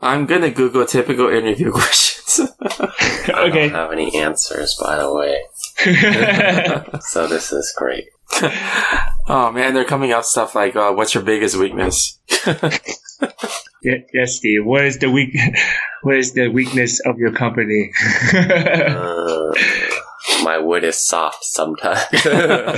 I'm gonna Google typical interview questions. I Okay. don't have any answers, by the way. So this is great. oh man, they're coming out stuff like, uh, "What's your biggest weakness?" Ye- yes, Steve. What is the weak? What is the weakness of your company? Uh, my wood is soft sometimes, but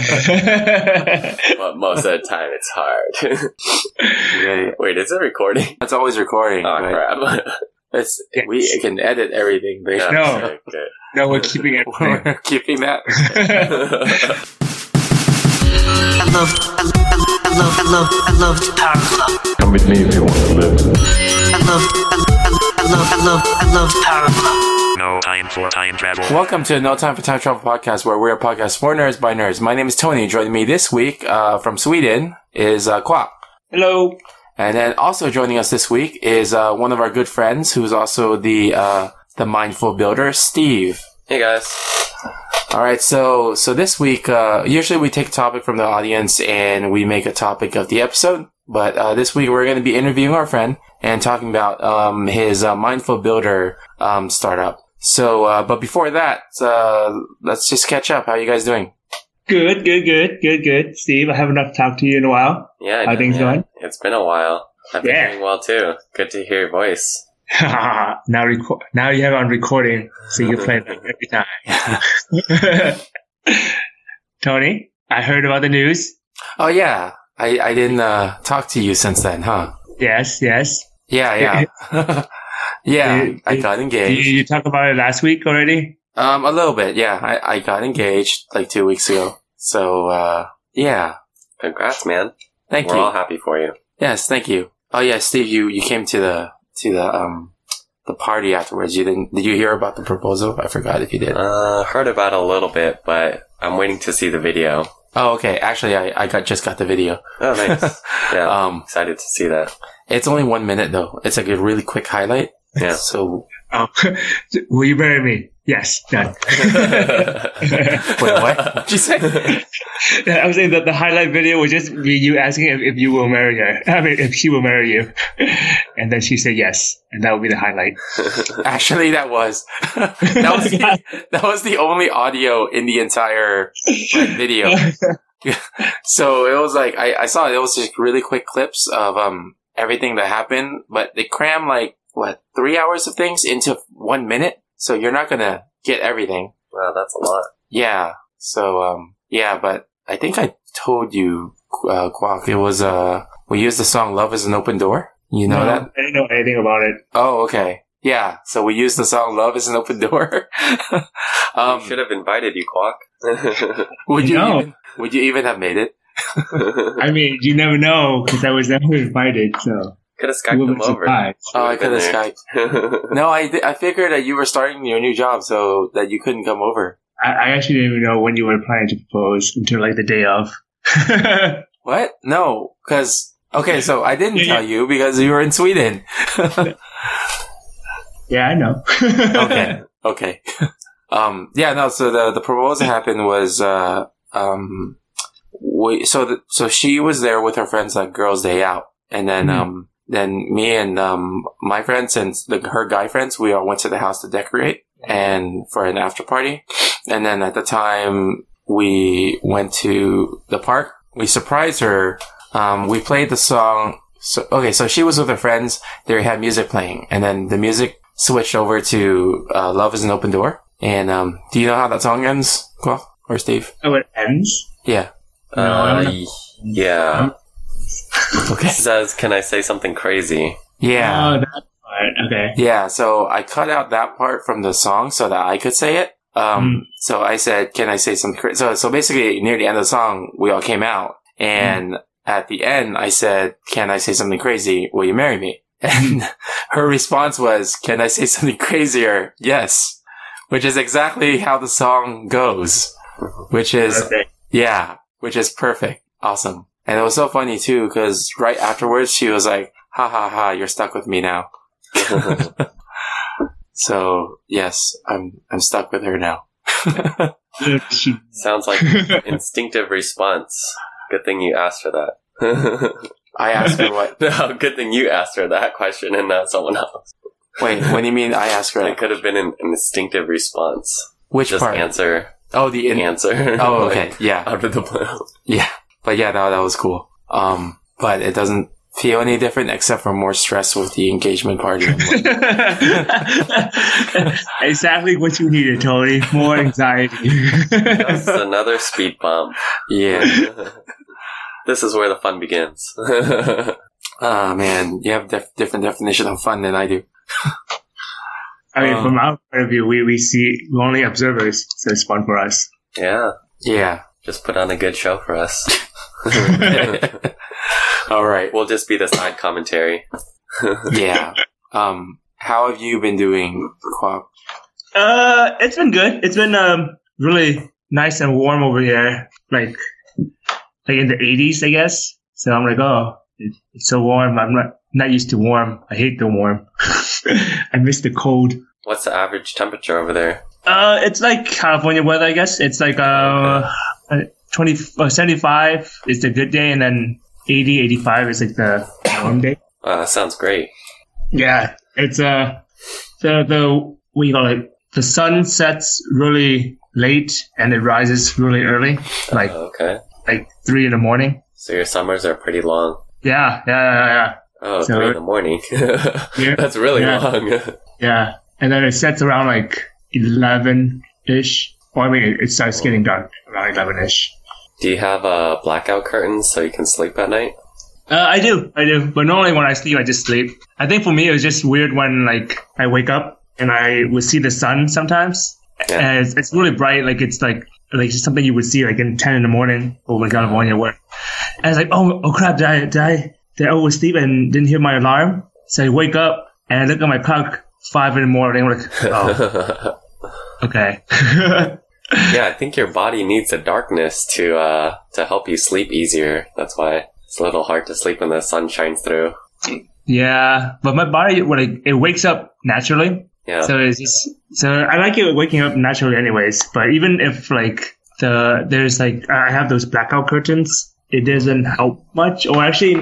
most of the time it's hard. Right. Wait, is it recording? It's always recording. Oh but crap! It's we can edit everything. But No. Okay, good. no, we're keeping it. clean. we're keeping that. I love, I love, I love, I love, I love the power club. Come with me if you want to live. I love, I love, I love, I love, I love the power club. No time for time travel. Welcome to No Time for Time Travel podcast, where we're a podcast for nerds by nerds. My name is Tony. Joining me this week uh, from Sweden is uh, Kwok. Hello. And then also joining us this week is uh, one of our good friends, who's also the uh, the mindful builder, Steve. hey guys. All right, so so this week, uh, usually we take a topic from the audience and we make a topic of the episode. But uh, this week, we're going to be interviewing our friend and talking about um, his uh, mindful builder um, startup. So, uh, but before that, uh, let's just catch up. How you guys doing? Good, good, good, good, good. Steve, I haven't enough time to you in a while. Yeah, How things yeah. going? It's been a while. I've been Yeah. doing well too. Good to hear your voice. now record. Now you have it on recording, so you play that every time. Tony, I heard about the news. Oh yeah, I I didn't uh, talk to you since then, huh? Yes, yes. Yeah, yeah, yeah. Did- I got You, engaged. you talked about it last week already. Um, a little bit. Yeah, I I got engaged like two weeks ago. So uh, yeah, Congrats, man. thank We're you. all happy for you. Yes, thank you. Oh yeah, Steve, you, you came to the to the um the party afterwards. You didn't did you hear about the proposal? I forgot if you did. Uh, heard about a little bit, but I'm waiting to see the video. Oh okay. Actually I, I got just got the video. Oh, nice. Yeah, Um excited to see that. it's only one minute though. It's like a really quick highlight. Yeah. So Oh, will you marry me? Yes, done. wait, what? What'd you say? I was saying that the highlight video was just me- you asking if, if you will marry her. I mean, if she will marry you, and then she said yes, and that would be the highlight. Actually that was that was the, that was the only audio in the entire like, video. So it was like I, I saw it, it was just really quick clips of um everything that happened, but they cram like what three hours of things into one minute. So you're not gonna get everything. Wow, that's a lot. Yeah. So um yeah, but I think I told you, uh, Kwok, it was uh we used the song "Love Is an Open Door." You know that? I didn't know anything about it. Oh, okay. Yeah. So we used the song "Love Is an Open Door." um, we should have invited you, Quack. would you No. even, would you even have made it? I mean, you never know because I was never invited, so Could have it skyped would them be over. surprise. Oh, I could have skyped. No, I, di- I figured that you were starting your new job, so that you couldn't come over. I, I actually didn't even know when you were planning to propose until like the day of. What? No, because okay, so I didn't Yeah, tell you because you were in Sweden. yeah, I know. Okay, okay. Um, yeah, no. So the the proposal happened was uh um, we, so the, so she was there with her friends like girls' day out, and then Mhm. um then me and um my friends and the, her guy friends we all went to the house to decorate and for an after party, and then at the time we went to the park. We surprised her. Um, we played the song. So okay, so she was with her friends. They had music playing, and then the music switched over to uh, "Love Is an Open Door." And um, do you know how that song ends, Quell or Steve? Oh, it ends. Yeah. Uh, y- yeah. Okay. Says, can I say something crazy? Yeah. Oh, that part. Okay. Yeah, so I cut out that part from the song so that I could say it. Um, So I said, "Can I say something?" cra-" So so basically, near the end of the song, we all came out, and at the end, I said, "Can I say something crazy? Will you marry me?" And her response was, "Can I say something crazier?" Yes, which is exactly how the song goes, which is Okay. yeah, which is perfect. Awesome. And it was so funny too, because right afterwards she was like, ha ha ha, you're stuck with me now. so yes, I'm, I'm stuck with her now. Sounds like instinctive response. Good thing you asked for that. I asked her what. No, good thing you asked her that question and not someone else. Wait, what do you mean? I asked her It could have been an, an instinctive response. which Just part? answer. Oh, the in- Answer. oh, Like, okay, yeah, Out of the blue. yeah. But yeah, no, that was cool. Um, but it doesn't feel any different except for more stress with the engagement party. exactly what you needed, Tony. More anxiety. That's another speed bump. yeah. this is where the fun begins. Oh man, you have def- different definition of fun than I do. I mean, Um, from our point of view, we, we see we're only observers, so it's fun for us. yeah. Yeah. Just put on a good show for us. All right. we'll just be the side commentary. Yeah. Um, how have you been doing, Quap? Uh, it's been good. It's been um really nice and warm over here, like like in the 80s, I guess. So I'm like, oh, it, it's so warm. I'm not not used to warm. I hate the warm. I miss the cold. What's the average temperature over there? Uh, it's like California weather, I guess. It's like uh, uh, 20, uh 75 is the good day, and then 80, 85 is like the warm day. Uh, that sounds great. Yeah, it's uh the the what you call it the sun sets really late and it rises really early, like Okay. like three in the morning. So your summers are pretty long. Yeah, yeah, yeah, yeah, Oh, So- three in the morning. Yeah. That's really Yeah. long. yeah. And then it sets around like eleven ish. Or I mean, it, it starts getting dark around eleven ish. Do you have uh, blackout curtains so you can sleep at night? Uh, I do, I do. But normally when I sleep, I just sleep. I think for me, it was just weird when like I wake up and I would see the sun sometimes, Yeah. and it's, it's really bright. Like it's like like just something you would see like in ten in the morning Oh over in California, where and it's like oh oh crap, did I did I did I oversleep and didn't hear my alarm? So I wake up and I look at my clock five in the morning. I'm like oh okay, yeah, I think your body needs the darkness to uh, to help you sleep easier. That's why it's a little hard to sleep when the sun shines through. yeah. But my body when it, it wakes up naturally, Yeah. So it's just so I like it waking up naturally, anyways. But even if like the there's like I have those blackout curtains, it doesn't help much. Or actually,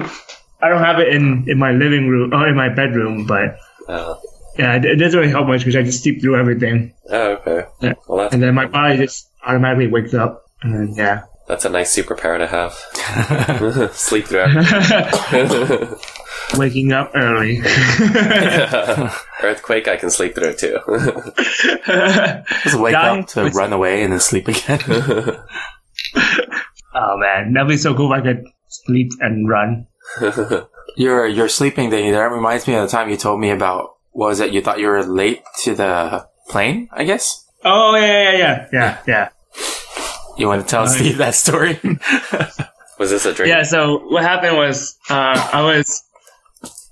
I don't have it in in my living room or in my bedroom, but uh, yeah, it, it doesn't really help much because I just sleep through everything, oh, okay. Yeah. Well, that's, and then my body just automatically wakes up. And then, yeah, that's a nice superpower to have. sleep through everything. waking up early. Earthquake, I can sleep through it too. Just wake Dying up to with- run away and then sleep again. oh man, that'd be so cool if I could sleep and run. your your sleeping thing that reminds me of the time you told me about. What was it? You thought you were late to the plane? I guess Oh yeah, yeah, yeah, yeah, yeah. you want to tell Nice. Steve that story. Was this a dream? Yeah. So what happened was uh, I was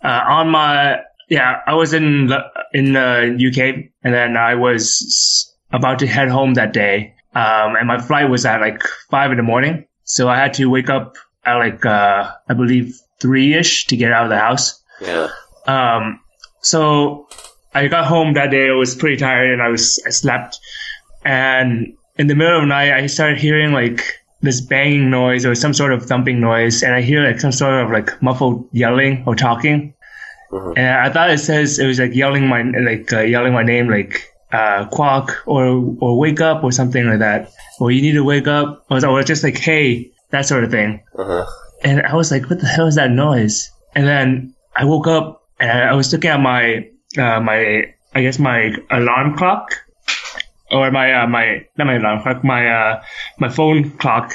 uh, on my yeah I was in the, in the UK and then I was about to head home that day. Um, and my flight was at like five in the morning, so I had to wake up at like uh, I believe three ish to get out of the house. Yeah. Um, so I got home that day. I was pretty tired, and I was I slept. And in the middle of the night, I started hearing like this banging noise or some sort of thumping noise, and I hear like some sort of like muffled yelling or talking. Mhm. And I thought it says it was like yelling my like uh, yelling my name like uh, quack or or wake up or something like that, or you need to wake up, or, or just like hey that sort of thing. Uh-huh. And I was like, what the hell is that noise? And then I woke up and I was looking at my, uh, my, I guess my alarm clock or my, uh, my, not my alarm clock, my, uh, my phone clock.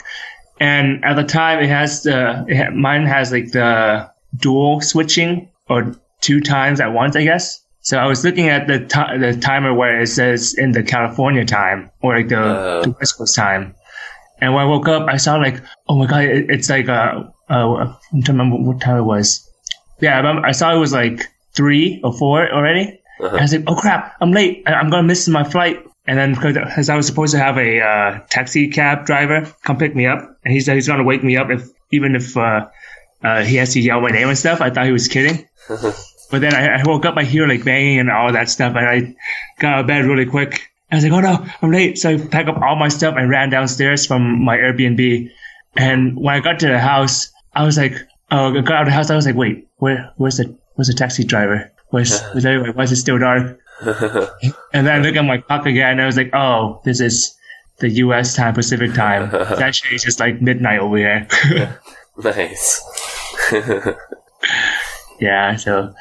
And at the time it has the, it ha- mine has like the dual switching or two times at once, I guess. So I was looking at the ti the timer where it says in the California time or like the, Oh. the West Coast time. And when I woke up, I saw like, oh my god, it, it's like uh, uh, I don't remember what time it was. Yeah, I, remember, I saw it was like three or four already. And I was like, oh crap, I'm late. I, I'm gonna miss my flight. And then because as I was supposed to have a uh, taxi cab driver come pick me up, and he said he's gonna wake me up if even if uh, uh, he has to yell my name and stuff. I thought he was kidding. But then I, I woke up, I hear like banging and all that stuff, and I got out of bed really quick. I was like, oh no, I'm late. So I packed up all my stuff and ran downstairs from my Airbnb. And when I got to the house, I was like, uh, got out of the house. I was like, wait, where, where's the, where's the taxi driver? Where's, where's everybody? Why is it still dark? Uh-huh. And then I look at my clock again, and I was like, oh, this is the U.S. time, Pacific time. that shit is just like midnight over here. nice. yeah, so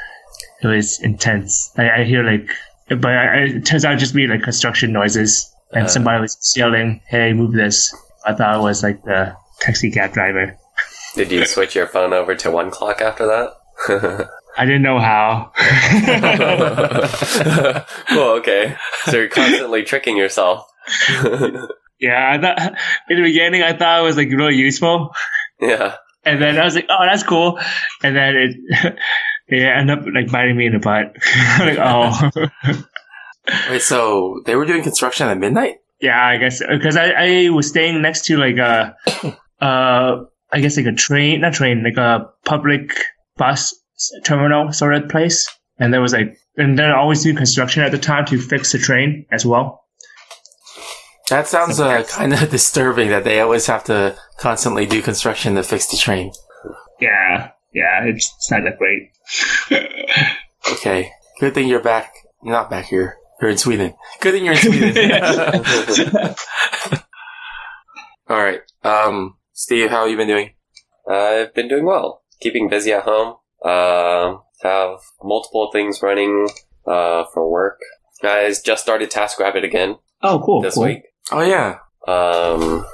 it was intense. I, I hear like, but I, I- it turns out just be like construction noises, and somebody was yelling, "Hey, move this!" I thought it was like the taxi cab driver. Did you switch your phone over to one clock after that? I didn't know how. well, okay. So you're constantly tricking yourself. yeah, I thought in the beginning I thought it was like really useful, yeah. and then I was like, "Oh, that's cool," and then it. Yeah, ended up like biting me in the butt. like, oh, Wait, so they were doing construction at midnight? Yeah, I guess because I, I was staying next to like a, uh, I guess like a train, not train, like a public bus terminal sort of place, and there was like, and they're always doing construction at the time to fix the train as well. That sounds uh, kind of disturbing that they always have to constantly do construction to fix the train. Yeah, yeah, it's, it's not that great. Okay. Good thing you're back. Not back here. You're in Sweden. Good thing you're in Sweden. All right. Um, Steve, how you been doing? I've been doing well. Keeping busy at home. Uh, have multiple things running uh, for work. I just started TaskRabbit again Oh, cool. this cool. week. Oh, yeah. Um,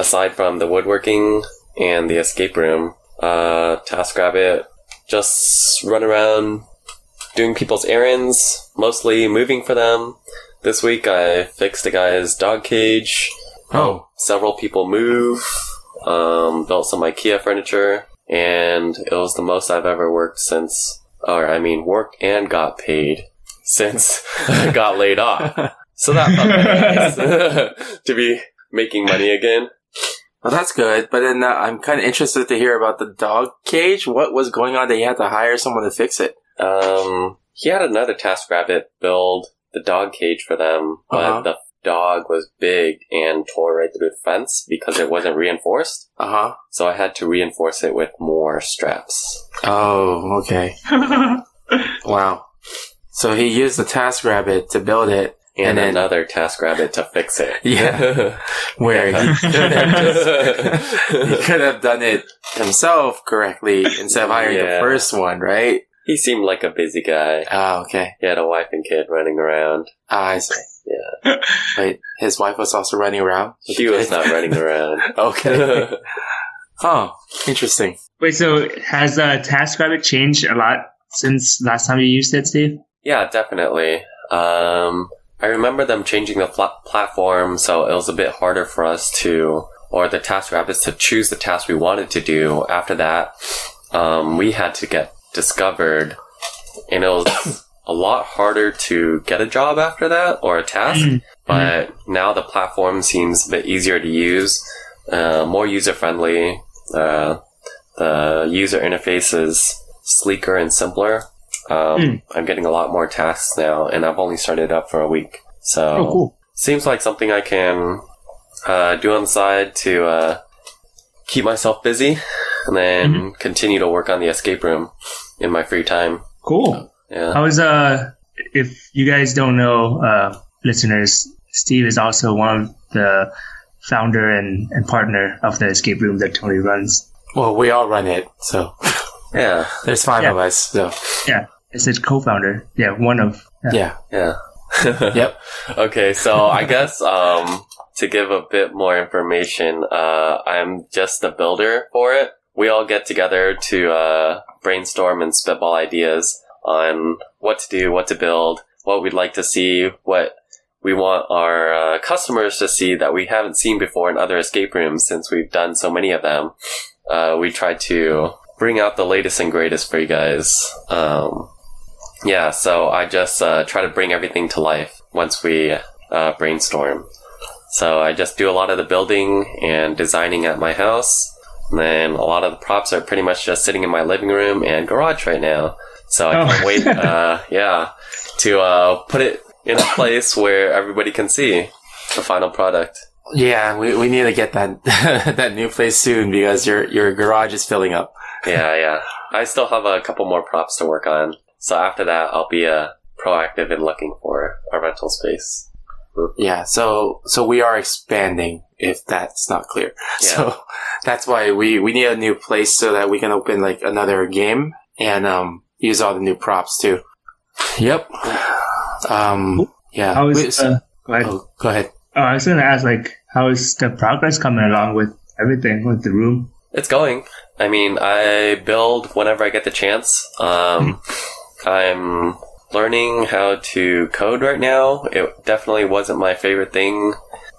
aside from the woodworking and the escape room, uh, TaskRabbit just run around doing people's errands, mostly moving for them. This week I fixed a guy's dog cage. Oh. Several people move, um, built some IKEA furniture, and it was the most I've ever worked since, or I mean, worked and got paid since I got laid off. So that felt nice to be making money again. Well, that's good. But then uh, I'm kind of interested to hear about the dog cage. What was going on that you had to hire someone to fix it? Um, he had another task rabbit build the dog cage for them, but Uh-huh. the dog was big and tore right through the fence because it wasn't reinforced. Uh huh. So I had to reinforce it with more straps. Oh, okay. wow. So he used the task rabbit to build it, and, And then- another task rabbit to fix it. Yeah. where he could have just he Yeah. could have done it himself correctly instead of hiring the Yeah. first one, right? he seemed like a busy guy. Oh, okay. He had a wife and kid running around. Ah, I see. Yeah. Wait, his wife was also running around. with She the was kid? not running around. Okay. oh, interesting. Wait, so has uh, TaskRabbit changed a lot since last time you used it, Steve? yeah, definitely. Um, I remember them changing the pl- platform, so it was a bit harder for us to, or the task rabbits to choose the task we wanted to do. After that, um, we had to get discovered, and it was a lot harder to get a job after that or a task. but now the platform seems a bit easier to use, uh, more user friendly. Uh, the user interface is sleeker and simpler. Um, I'm getting a lot more tasks now, and I've only started up for a week. So Oh, seems like something I can uh, do on the side to uh, keep myself busy, and then continue to work on the escape room in my free time. Cool. Yeah. I was uh if you guys don't know, uh listeners, Steve is also one of the founder and, and partner of the escape room that Tony runs. Well, we all run it, so Yeah. there's five Yeah. of us. So Yeah. It's his co founder. Yeah, one of uh, yeah. yeah, Yeah. Yep. Okay, so I guess um, to give a bit more information, uh, I'm just the builder for it. We all get together to uh, brainstorm and spitball ideas on what to do, what to build, what we'd like to see, what we want our uh, customers to see that we haven't seen before in other escape rooms since we've done so many of them. Uh, we try to bring out the latest and greatest for you guys. Um, yeah, so I just uh, try to bring everything to life once we uh, brainstorm. So I just do a lot of the building and designing at my house. And then a lot of the props are pretty much just sitting in my living room and garage right now. So I Oh. can't wait, uh, yeah, to uh, put it in a place where everybody can see the final product. yeah. We, we need to get that that new place soon because your your garage is filling up. yeah, yeah. I still have a couple more props to work on. So after that, I'll be uh, proactive in looking for a rental space. Yeah, so so we are expanding if that's not clear. Yeah. So that's why we we need a new place so that we can open like another game and um use all the new props too. Yep. Um yeah. How Wait, is so- uh, go ahead. oh, go ahead. Oh, I was gonna ask like how is the progress coming along with everything with the room? It's going. I mean, I build whenever I get the chance. Um, I'm learning how to code right now. It definitely wasn't my favorite thing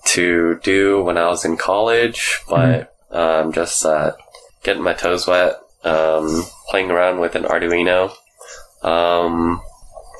to do when I was in college, but um, just uh, getting my toes wet, um, playing around with an Arduino. Um,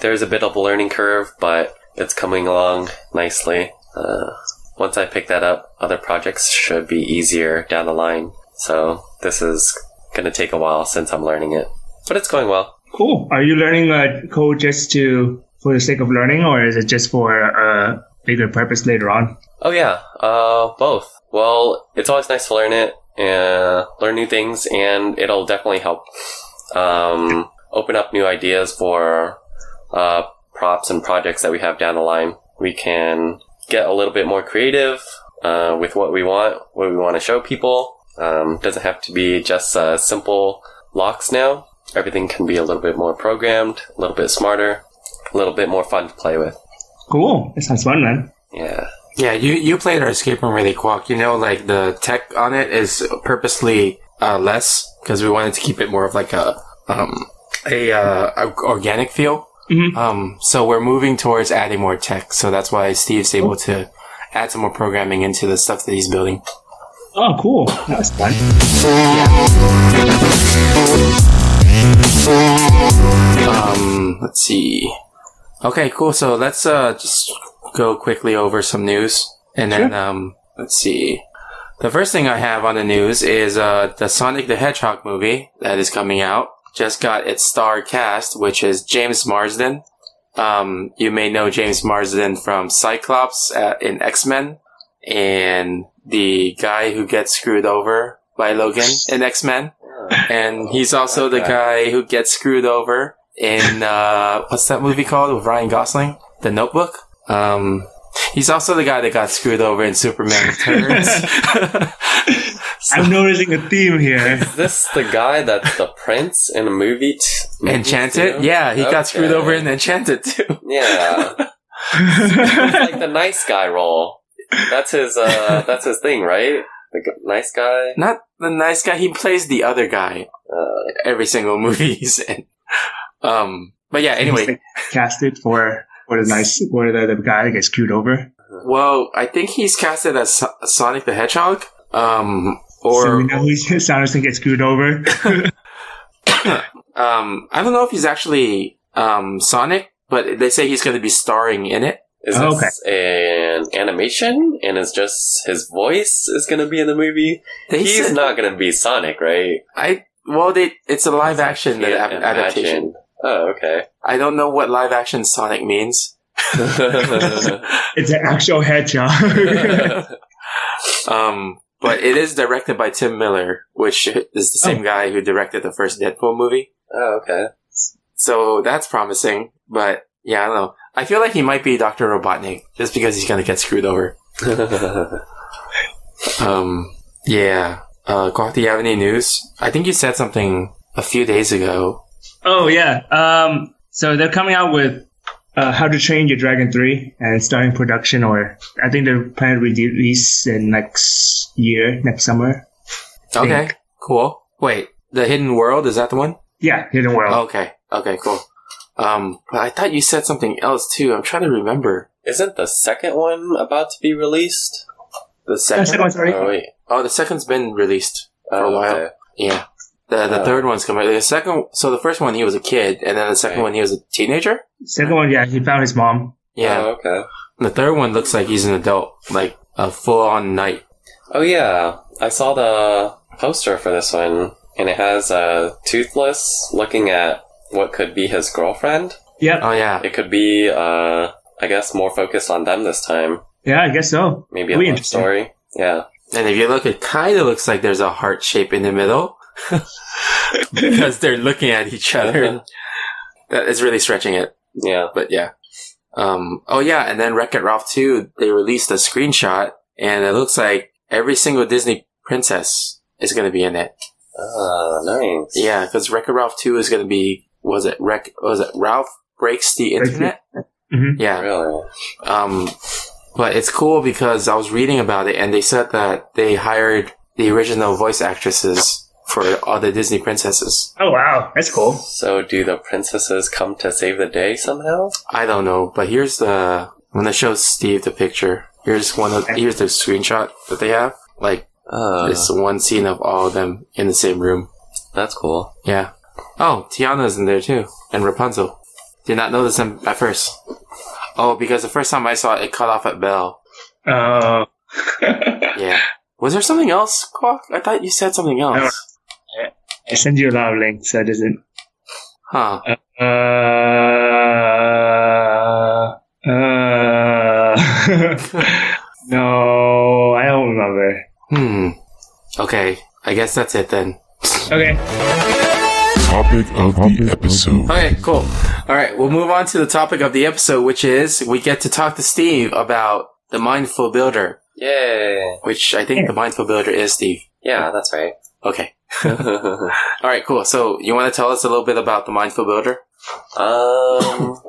there's a bit of a learning curve, but it's coming along nicely. Uh, once I pick that up, other projects should be easier down the line. So this is going to take a while since I'm learning it, but it's going well. Cool. Are you learning uh, code just to for the sake of learning, or is it just for a bigger purpose later on? Oh yeah, uh, both. Well, it's always nice to learn it and learn new things, and it'll definitely help um, open up new ideas for uh, props and projects that we have down the line. We can get a little bit more creative uh, with what we want, what we want to show people. Um, doesn't have to be just uh, simple locks now. Everything can be a little bit more programmed, a little bit smarter, a little bit more fun to play with. Cool. That sounds fun, man. Yeah. Yeah, you you played our escape room really quack. You know, like the tech on it is purposely uh, less because we wanted to keep it more of like a um, a, uh, a- organic feel. Mhm. Um, so we're moving towards adding more tech. So that's why Steve's able to add some more programming into the stuff that he's building. Oh, cool. That's fun. Um, let's see. Okay, cool. So let's uh, just go quickly over some news, and then um, let's see. The first thing I have on the news is uh, the Sonic the Hedgehog movie that is coming out. Just got its star cast, which is James Marsden. Um, you may know James Marsden from Cyclops uh in X Men, and the guy who gets screwed over by Logan in X Men and he's also the guy who gets screwed over in uh, what's that movie called with Ryan Gosling, The Notebook. Um, he's also the guy that got screwed over in Superman Returns. I'm noticing a theme here. Is this the guy that's the prince in a movie? T- movie Enchanted, too? yeah, he got screwed Okay. over in Enchanted too. Yeah, it's like the nice guy role. That's his. Uh, that's his thing, right? The g- nice guy. Not the nice guy. He plays the other guy Uh, every single movie he's in. Um, but yeah, anyway, casted for for the nice for the, the guy that gets screwed over. well, I think he's casted as So- Sonic the Hedgehog. Um, or so we know who Saunders gets screwed over. Um, I don't know if he's actually um, Sonic, but they say he's going to be starring in it. is Oh, this an animation? And it's just his voice is going to be in the movie. They He's said- not going to be Sonic, right? I well, they it's a live action Can't ad- adaptation. imagine. Oh, okay. I don't know what live action Sonic means. it's an actual hedgehog. Um, but it is directed by Tim Miller, which is the same guy who directed the first Deadpool movie. oh, okay. So that's promising. But yeah, I don't know. I feel like he might be Doctor Robotnik just because he's going to get screwed over. Um, yeah. Uh, Garth, do you have any news? I think you said something a few days ago. oh yeah. Um. So they're coming out with uh, How to Train Your Dragon Three, and it's starting production, or I think they're planning to release in next year, next summer. Okay, cool. Wait, The Hidden World, is that the one? Yeah, Hidden World. Okay, okay, cool. Um, but I thought you said something else too. I'm trying to remember. Isn't the second one about to be released? The Uh, second? second one, sorry. Oh wait. Oh, the second's been released. For a Oh, while. okay. Yeah. Uh, The, the Oh. third one's coming. The second, so the first one he was a kid, and then the second Right. one he was a teenager? Uh, Second one, yeah, he found his mom. Yeah. Oh, okay. The third one looks like he's an adult, like a full on knight. Oh yeah, I saw the poster for this one, and it has uh, Toothless looking at what could be his girlfriend. Yep. Oh, yeah. It could be, uh, I guess, more focused on them this time. yeah, I guess so. Maybe a It'll be love interesting. story. Yeah. And if you look, it kind of looks like there's a heart shape in the middle. because they're looking at each other. that is really stretching it, Yeah. but yeah. Um, oh yeah, and then Wreck It Ralph 2, they released a screenshot, and it looks like every single Disney princess is going to be in it. Ah, nice. Yeah, because Wreck It Ralph 2 is going to be, was it Wreck, was it Ralph Breaks the Breaks Internet? Mhm. Yeah. Really. Um, but it's cool because I was reading about it and they said that they hired the original voice actresses for all the Disney princesses. Oh wow, that's cool. So, do the princesses come to save the day somehow? I don't know, but here's the, I'm going to show Steve the picture. Here's one of, here's the screenshot that they have. Like, Uh, it's one scene of all of them in the same room. that's cool. Yeah. Oh, Tiana's in there too. And Rapunzel. Did not notice them at first. Oh, because the first time I saw it, it cut off at Belle. Oh, Yeah. Was there something else, Quack? I thought you said something I else. don't- I send you a lot of links. That isn't. Huh. Uh, uh, no, I don't remember. Hmm. Okay. I guess that's it then. Okay. Topic of the episode. Okay, cool. All right, we'll move on to the topic of the episode, which is we get to talk to Steve about the Mindful Builder, Yay. which I think the Mindful Builder is Steve. Yeah, that's right. Okay. um, All right, cool. So you want to tell us a little bit about the Mindful Builder? Um,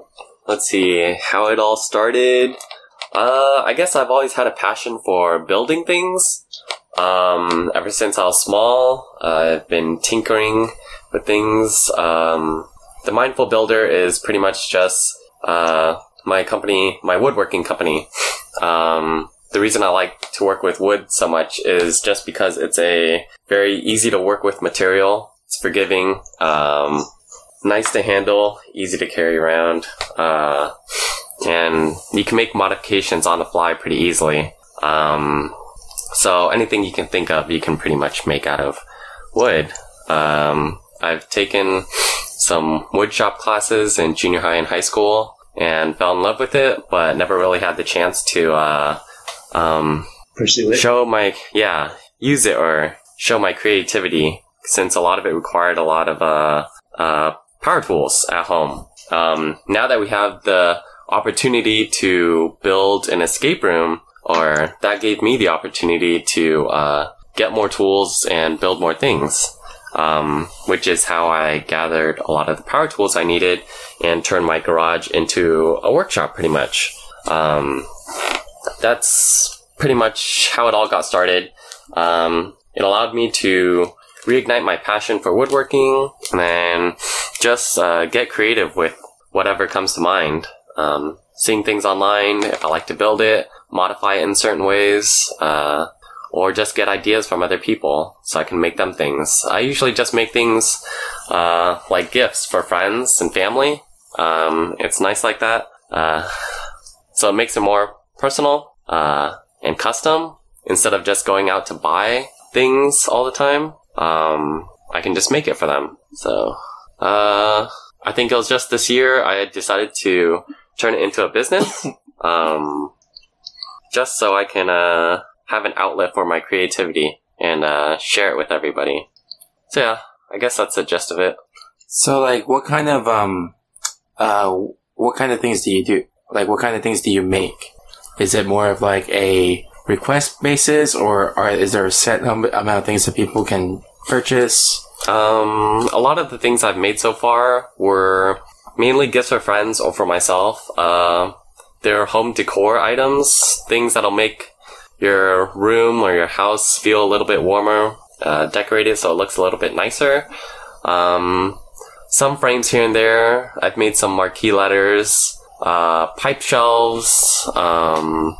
let's see how it all started. Uh, I guess I've always had a passion for building things. Um, ever since I was small, uh, I've been tinkering with things. Um, the Mindful Builder is pretty much just uh, my company, my woodworking company. Um, the reason I like to work with wood so much is just because it's a very easy to work with material. It's forgiving, um, nice to handle, easy to carry around, uh, and you can make modifications on the fly pretty easily. Um, so anything you can think of, you can pretty much make out of wood. Um, I've taken some wood shop classes in junior high and high school and fell in love with it, but never really had the chance to uh, um, Pursue it. show my yeah use it or show my creativity since a lot of it required a lot of uh, uh, power tools at home um, now that we have the opportunity to build an escape room or that gave me the opportunity to uh, get more tools and build more things um, which is how i gathered a lot of the power tools i needed and turned my garage into a workshop pretty much um, that's pretty much how it all got started. Um, it allowed me to reignite my passion for woodworking and then just uh, get creative with whatever comes to mind. Um, seeing things online, if I like to build it, modify it in certain ways, uh, or just get ideas from other people so I can make them things. I usually just make things uh, like gifts for friends and family. Um, it's nice like that. Uh, so it makes it more personal uh, and custom instead of just going out to buy things all the time. Um, I can just make it for them. So uh, I think it was just this year I decided to turn it into a business, um, just so I can uh, have an outlet for my creativity and uh, share it with everybody. So yeah, I guess that's the gist of it. So, like, what kind of um, uh, what kind of things do you do? Like, what kind of things do you make? Is it more of like a request basis, or are, is there a set num- amount of things that people can purchase? Um, a lot of the things I've made so far were mainly gifts for friends or for myself. Uh, they're home decor items, things that'll make your room or your house feel a little bit warmer, uh, decorated so it looks a little bit nicer. Um, some frames here and there. I've made some marquee letters, uh, pipe shelves. Um,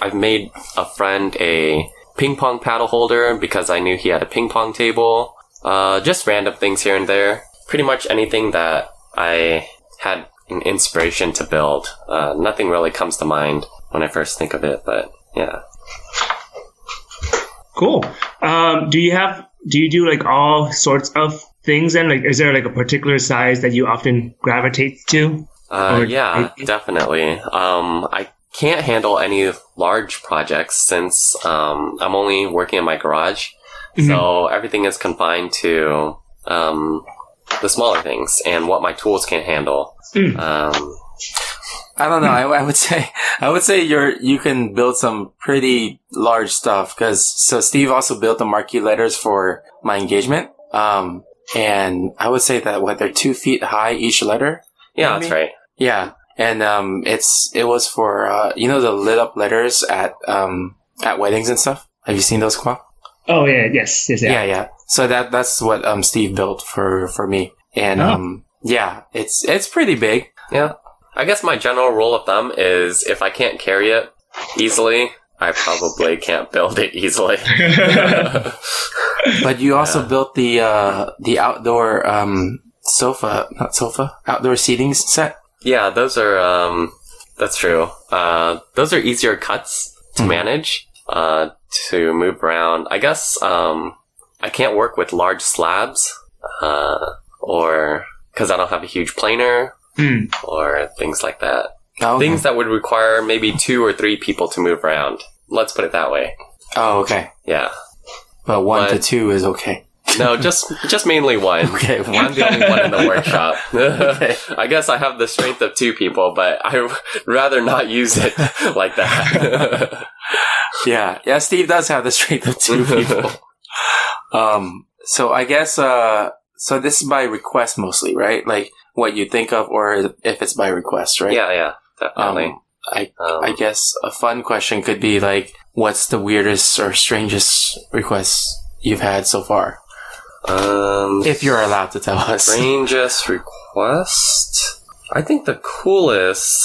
I've made a friend a ping pong paddle holder because I knew he had a ping pong table. Uh, just random things here and there. Pretty much anything that I had an inspiration to build. Uh, nothing really comes to mind when I first think of it, but yeah. Cool. Um, do you have? Do you do like all sorts of things? Then, like, is there like a particular size that you often gravitate to? Uh, Or- yeah, definitely. Um, I can't handle any large projects Mm-hmm. since um, I'm only working in my garage, so everything is confined to um, the smaller things and what my tools can handle. Mm. Um, I don't know. I, I would say I would say you're you can build some pretty large stuff because so Steve also built the marquee letters for my engagement. Um, and I would say that what they're two feet high each letter. yeah, that's Maybe. right. Yeah, and um, it's it was for uh, you know the lit up letters at um at weddings and stuff. Have you seen those, Kwok? Oh yeah, yes, yes, yeah. yeah, yeah. So that that's what um Steve built for for me, and Oh. um yeah, it's it's pretty big. I guess my general rule of thumb is if I can't carry it easily, I probably can't build it easily. But you also built the uh the outdoor um sofa, not sofa, outdoor seating set. yeah, those are um, that's true. Uh, those are easier cuts to Mhm. manage, uh, to move around. I guess um, I can't work with large slabs, uh, or because I don't have a huge planer Mm. or things like that. Oh, okay. Things that would require maybe two or three people to move around. Let's put it that way. Oh, okay. Yeah. But one to But- two is okay. No, just just mainly one. Okay, one. I'm the only one in the workshop. I guess I have the strength of two people, but I would rather not use it like that. Yeah, yeah. Steve does have the strength of two people. um. So I guess uh. So this is by request mostly, right? Like what you think of, or if it's by request, right? Yeah, yeah, definitely. Um, I Um, I guess a fun question could be like, what's the weirdest or strangest request you've had so far? um, If you're allowed to tell us. strangest request. I think the coolest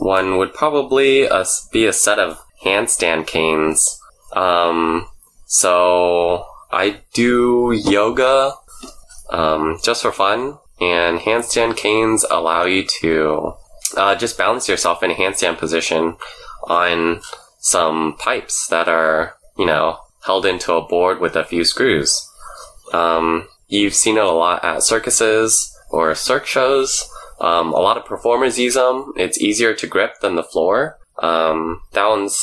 one would probably uh, be a set of handstand canes. Um, so I do yoga um, just for fun, and handstand canes allow you to uh, just balance yourself in a handstand position on some pipes that are, you know, held into a board with a few screws. Um, you've seen it a lot at circuses or circ shows. Um, a lot of performers use them. It's easier to grip than the floor. Um, that one's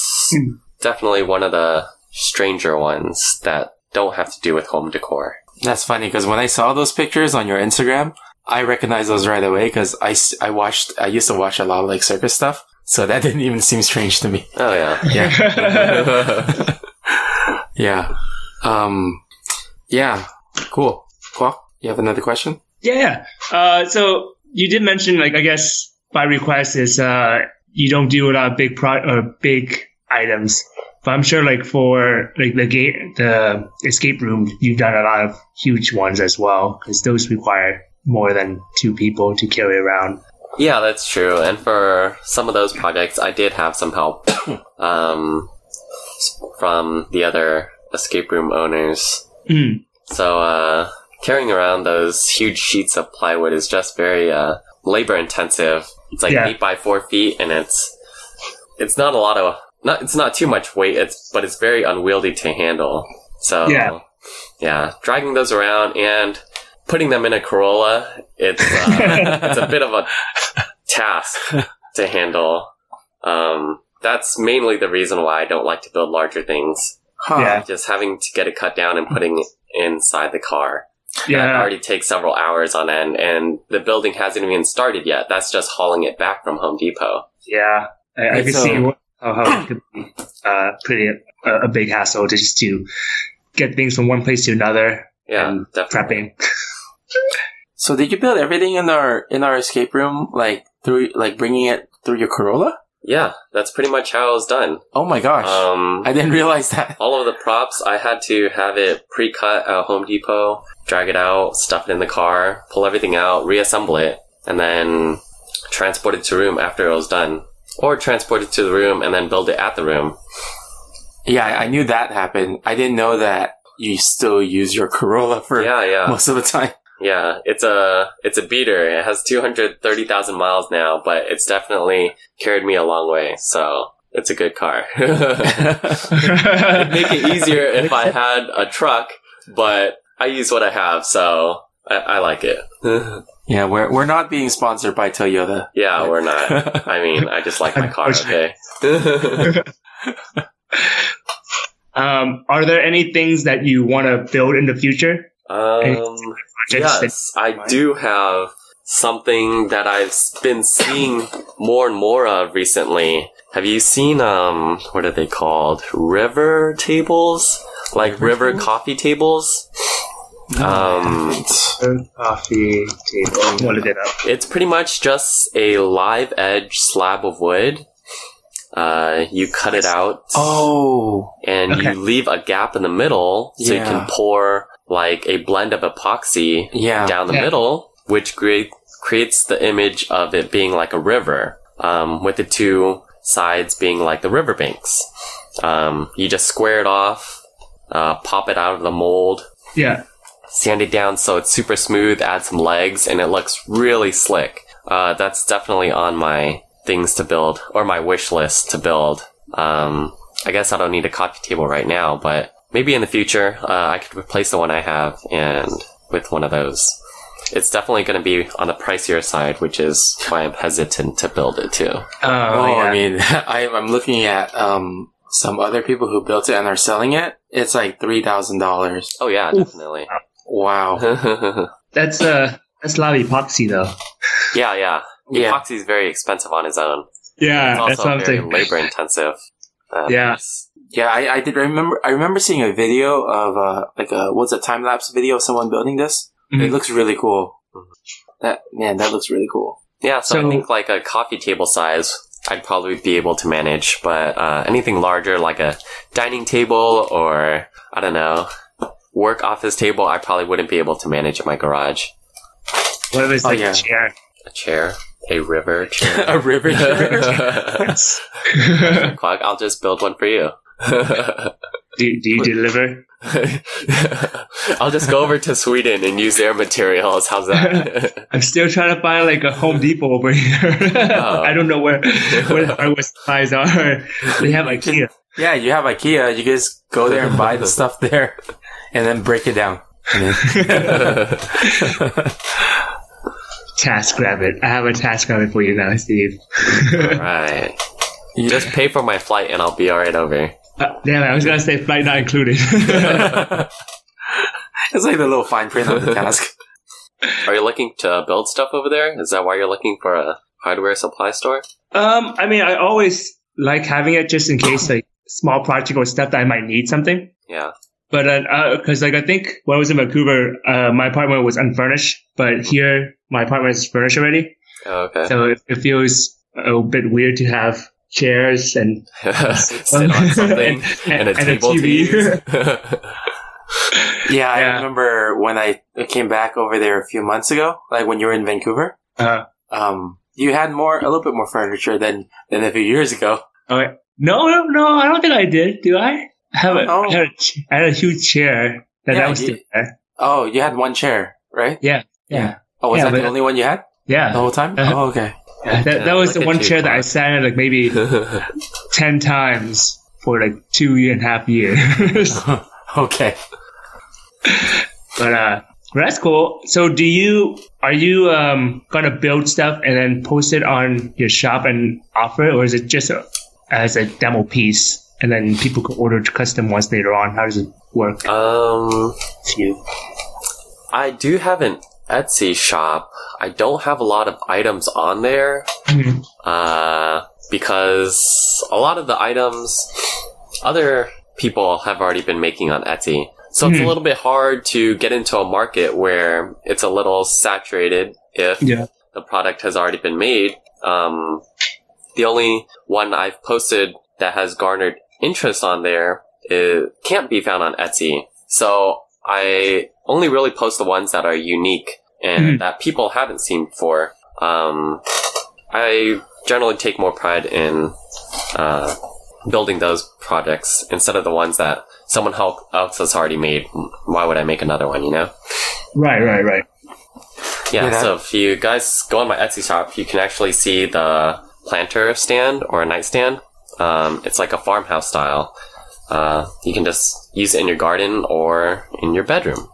definitely one of the stranger ones that don't have to do with home decor. That's funny because when I saw those pictures on your Instagram, I recognized those right away because I, s- I watched, I used to watch a lot of like circus stuff. So that didn't even seem strange to me. Oh yeah. Yeah. yeah. Um, yeah. Cool. Well, you have another question? Yeah, yeah. Uh, so you did mention, like, I guess by request is uh, you don't do a lot of big pro or big items, but I'm sure, like, for like the gate, the escape room, you've done a lot of huge ones as well, because those require more than two people to carry around. Yeah, that's true. And for some of those projects, I did have some help um, from the other escape room owners. Mm. So uh, carrying around those huge sheets of plywood is just very uh, labor intensive. It's like Yeah. eight by four feet, and it's it's not a lot of not it's not too much weight. It's but it's very unwieldy to handle. So Yeah. yeah, dragging those around and putting them in a Corolla, it's uh, it's a bit of a task to handle. Um, that's mainly the reason why I don't like to build larger things. Huh. Yeah. Just having to get it cut down and putting it inside the car. That Yeah, already takes several hours on end, and the building hasn't even started yet. That's just hauling it back from Home Depot. yeah. I, I And can so- see what- how, how it could be uh, pretty a, a big hassle to just to get things from one place to another. Yeah, And definitely. Prepping. So did you build everything in our, in our escape room, like through, like bringing it through your Corolla? Yeah, that's pretty much how it was done. Oh my gosh. Um, I didn't realize that. all of the props, I had to have it pre-cut at Home Depot, drag it out, stuff it in the car, pull everything out, reassemble it, and then transport it to room after it was done. Or transport it to the room and then build it at the room. Yeah, I I knew that happened. I didn't know that you still use your Corolla for Yeah, yeah. most of the time. Yeah, it's a it's a beater. It has 230,000 miles now, but it's definitely carried me a long way. So, it's a good car. It'd make it easier if I had a truck, but I use what I have, so I, I like it. Yeah, we're we're not being sponsored by Toyota. yeah, we're not. I mean, I just like my car, okay? Um, are there any things that you want to build in the future? Um, yes, I do have something that I've been seeing more and more of recently. Have you seen um what are they called? River tables, like river, coffee tables. Um, Coffee table. I'll look it up. it's pretty much just a live edge slab of wood. Uh, you cut it out Oh, and Okay. you leave a gap in the middle so you Yeah. can pour like a blend of epoxy yeah. down the Yeah. middle, which create, creates the image of it being like a river, um, with the two sides being like the riverbanks. Um, you just square it off, uh, pop it out of the mold, Yeah. sand it down so it's super smooth, add some legs, and it looks really slick. Uh, that's definitely on my things to build, or my wish list to build. Um, I guess I don't need a coffee table right now, but maybe in the future, uh, I could replace the one I have and with one of those. It's definitely going to be on the pricier side, which is why I'm hesitant to build it too. Oh, Oh, yeah. I mean, I, I'm looking at um, some other people who built it and are selling it. It's like three thousand dollars. Oh yeah, Oof. definitely. Wow. that's uh, that's a lot of epoxy though. yeah, yeah. Yeah. Epoxy is very expensive on its own. Yeah, it's also very labor intensive. Uh, Yeah. Yeah, I, I did remember. I remember seeing a video of uh, like a what's a time lapse video of someone building this. It Mhm. looks really cool. That man, that looks really cool. Yeah, so, So- I think like a coffee table size, I'd probably be able to manage, but uh, anything larger, like a dining table or I don't know, work office table, I probably wouldn't be able to manage in my garage. What if it's Oh, like yeah. a chair? A chair, a river chair. a river. Quack, I'll just build one for you. do, do you deliver? I'll just go over to Sweden and use their materials. How's that? I'm still trying to find like a Home Depot over here. Oh. I don't know where where the hardware supplies are. They have IKEA. yeah, you have IKEA. You guys go there and buy the stuff there, and then break it down. And Task Rabbit. I have a Task Rabbit for you now, Steve. Uh, right. then- Just pay for my flight and I'll be alright over. Uh, damn, it, I was gonna say flight not included. it's like the little fine print on the task. Are you looking to build stuff over there? Is that why you're looking for a hardware supply store? um, I mean, I always like having it just in case like small project or stuff that I might need something. Yeah. But uh, because like I think when I was in Vancouver, uh, my apartment was unfurnished, but here my apartment is furnished already, Oh, okay. so it, it feels a bit weird to have chairs and Sit on something and, And- a and a table to TV. use. Yeah, I Yeah. remember when I came back over there a few months ago, like when you were in Vancouver. Uh-huh. Um, you had more, a little bit more furniture than than a few years ago. no, no, no, I don't think I did. Do I? I have a, Oh. I had a, ch- I had a huge chair that, Yeah, that was you- still there. Oh, you had one chair, right? Yeah, yeah. Oh, was Yeah, that the but- only one you had the Yeah, whole time? Uh-huh. Oh, okay. that, that was Look the at one you, chair that I Clark. sat in like maybe Oh, ten times for like two year and a half years. Okay. But uh, well, that's cool. So, do you are you um gonna build stuff and then post it on your shop and offer it, or is it just a, as a demo piece and then people could order custom ones later on? How does it work? um, with you? I do have an Etsy shop. I don't have a lot of items on there. Mhm. Uh, because a lot of the items other people have already been making on Etsy. So it's a Hmm. little bit hard to get into a market where it's a little saturated if Yeah. the product has already been made. Um, the only one I've posted that has garnered interest on there it can't be found on Etsy. So I only really post the ones that are unique and Mhm. that people haven't seen before. Um, I generally take more pride in uh, building those projects instead of the ones that someone hel- else has already made. Why would I make another one, you know? Right, right, right. Yeah, Yeah. so if you guys go on my Etsy shop, you can actually see the planter stand or a nightstand. Um, it's like a farmhouse style. Uh, you can just use it in your garden or in your bedroom.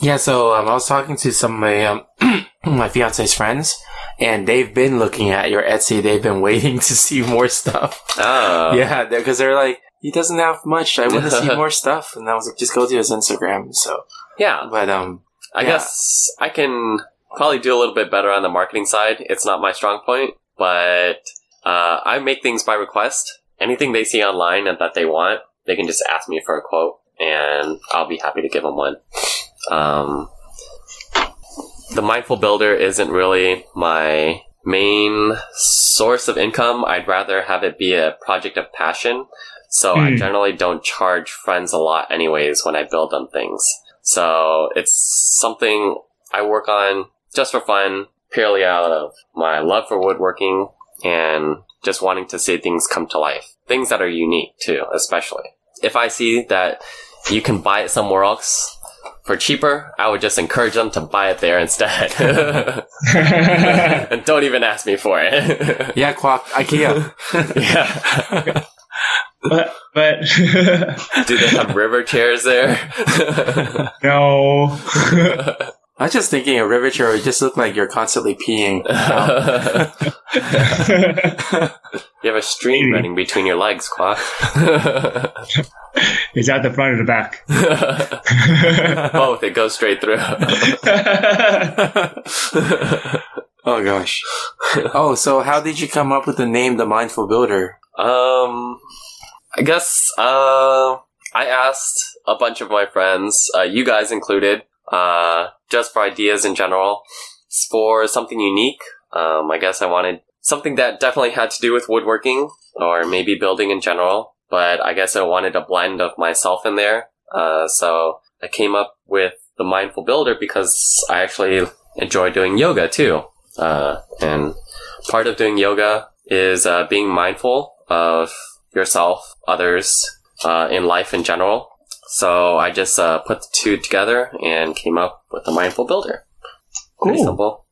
Yeah, so um, I was talking to some of my, um, my fiance's friends, and they've been looking at your Etsy. They've been waiting to see more stuff. Oh, yeah, because they're, 'cause they're like, he doesn't have much. I want to see more stuff. And I was like, just go to his Instagram. So, Yeah, but um, I Yeah. guess I can probably do a little bit better on the marketing side. It's not my strong point, but uh, I make things by request. Anything they see online and that they want, they can just ask me for a quote, and I'll be happy to give them one. Um, the Mindful Builder isn't really my main source of income. I'd rather have it be a project of passion. So I Hmm. generally don't charge friends a lot, anyways, when I build them things. So it's something I work on just for fun, purely out of my love for woodworking and just wanting to see things come to life. Things that are unique too, especially. If I see that you can buy it somewhere else for cheaper, I would just encourage them to buy it there instead. and don't even ask me for it. yeah, Quack, IKEA. yeah. but but Do they have river chairs there? no. I was just thinking a river chair would just look like you're constantly peeing. you have a Hmm. stream running between your legs, Quack. it's at the front or the back. Both, it goes straight through. oh gosh. Oh, so how did you come up with the name The Mindful Builder? um, I guess uh, I asked a bunch of my friends, uh, you guys included, uh, just for ideas in general, for something unique. Um, I guess I wanted something that definitely had to do with woodworking or maybe building in general, but I guess I wanted a blend of myself in there. Uh, so I came up with the mindful builder because I actually enjoy doing yoga too. Uh, and part of doing yoga is uh, being mindful of yourself, others, uh, in life in general. So I just uh, put the two together and came up with the mindful builder. Pretty Cool. simple.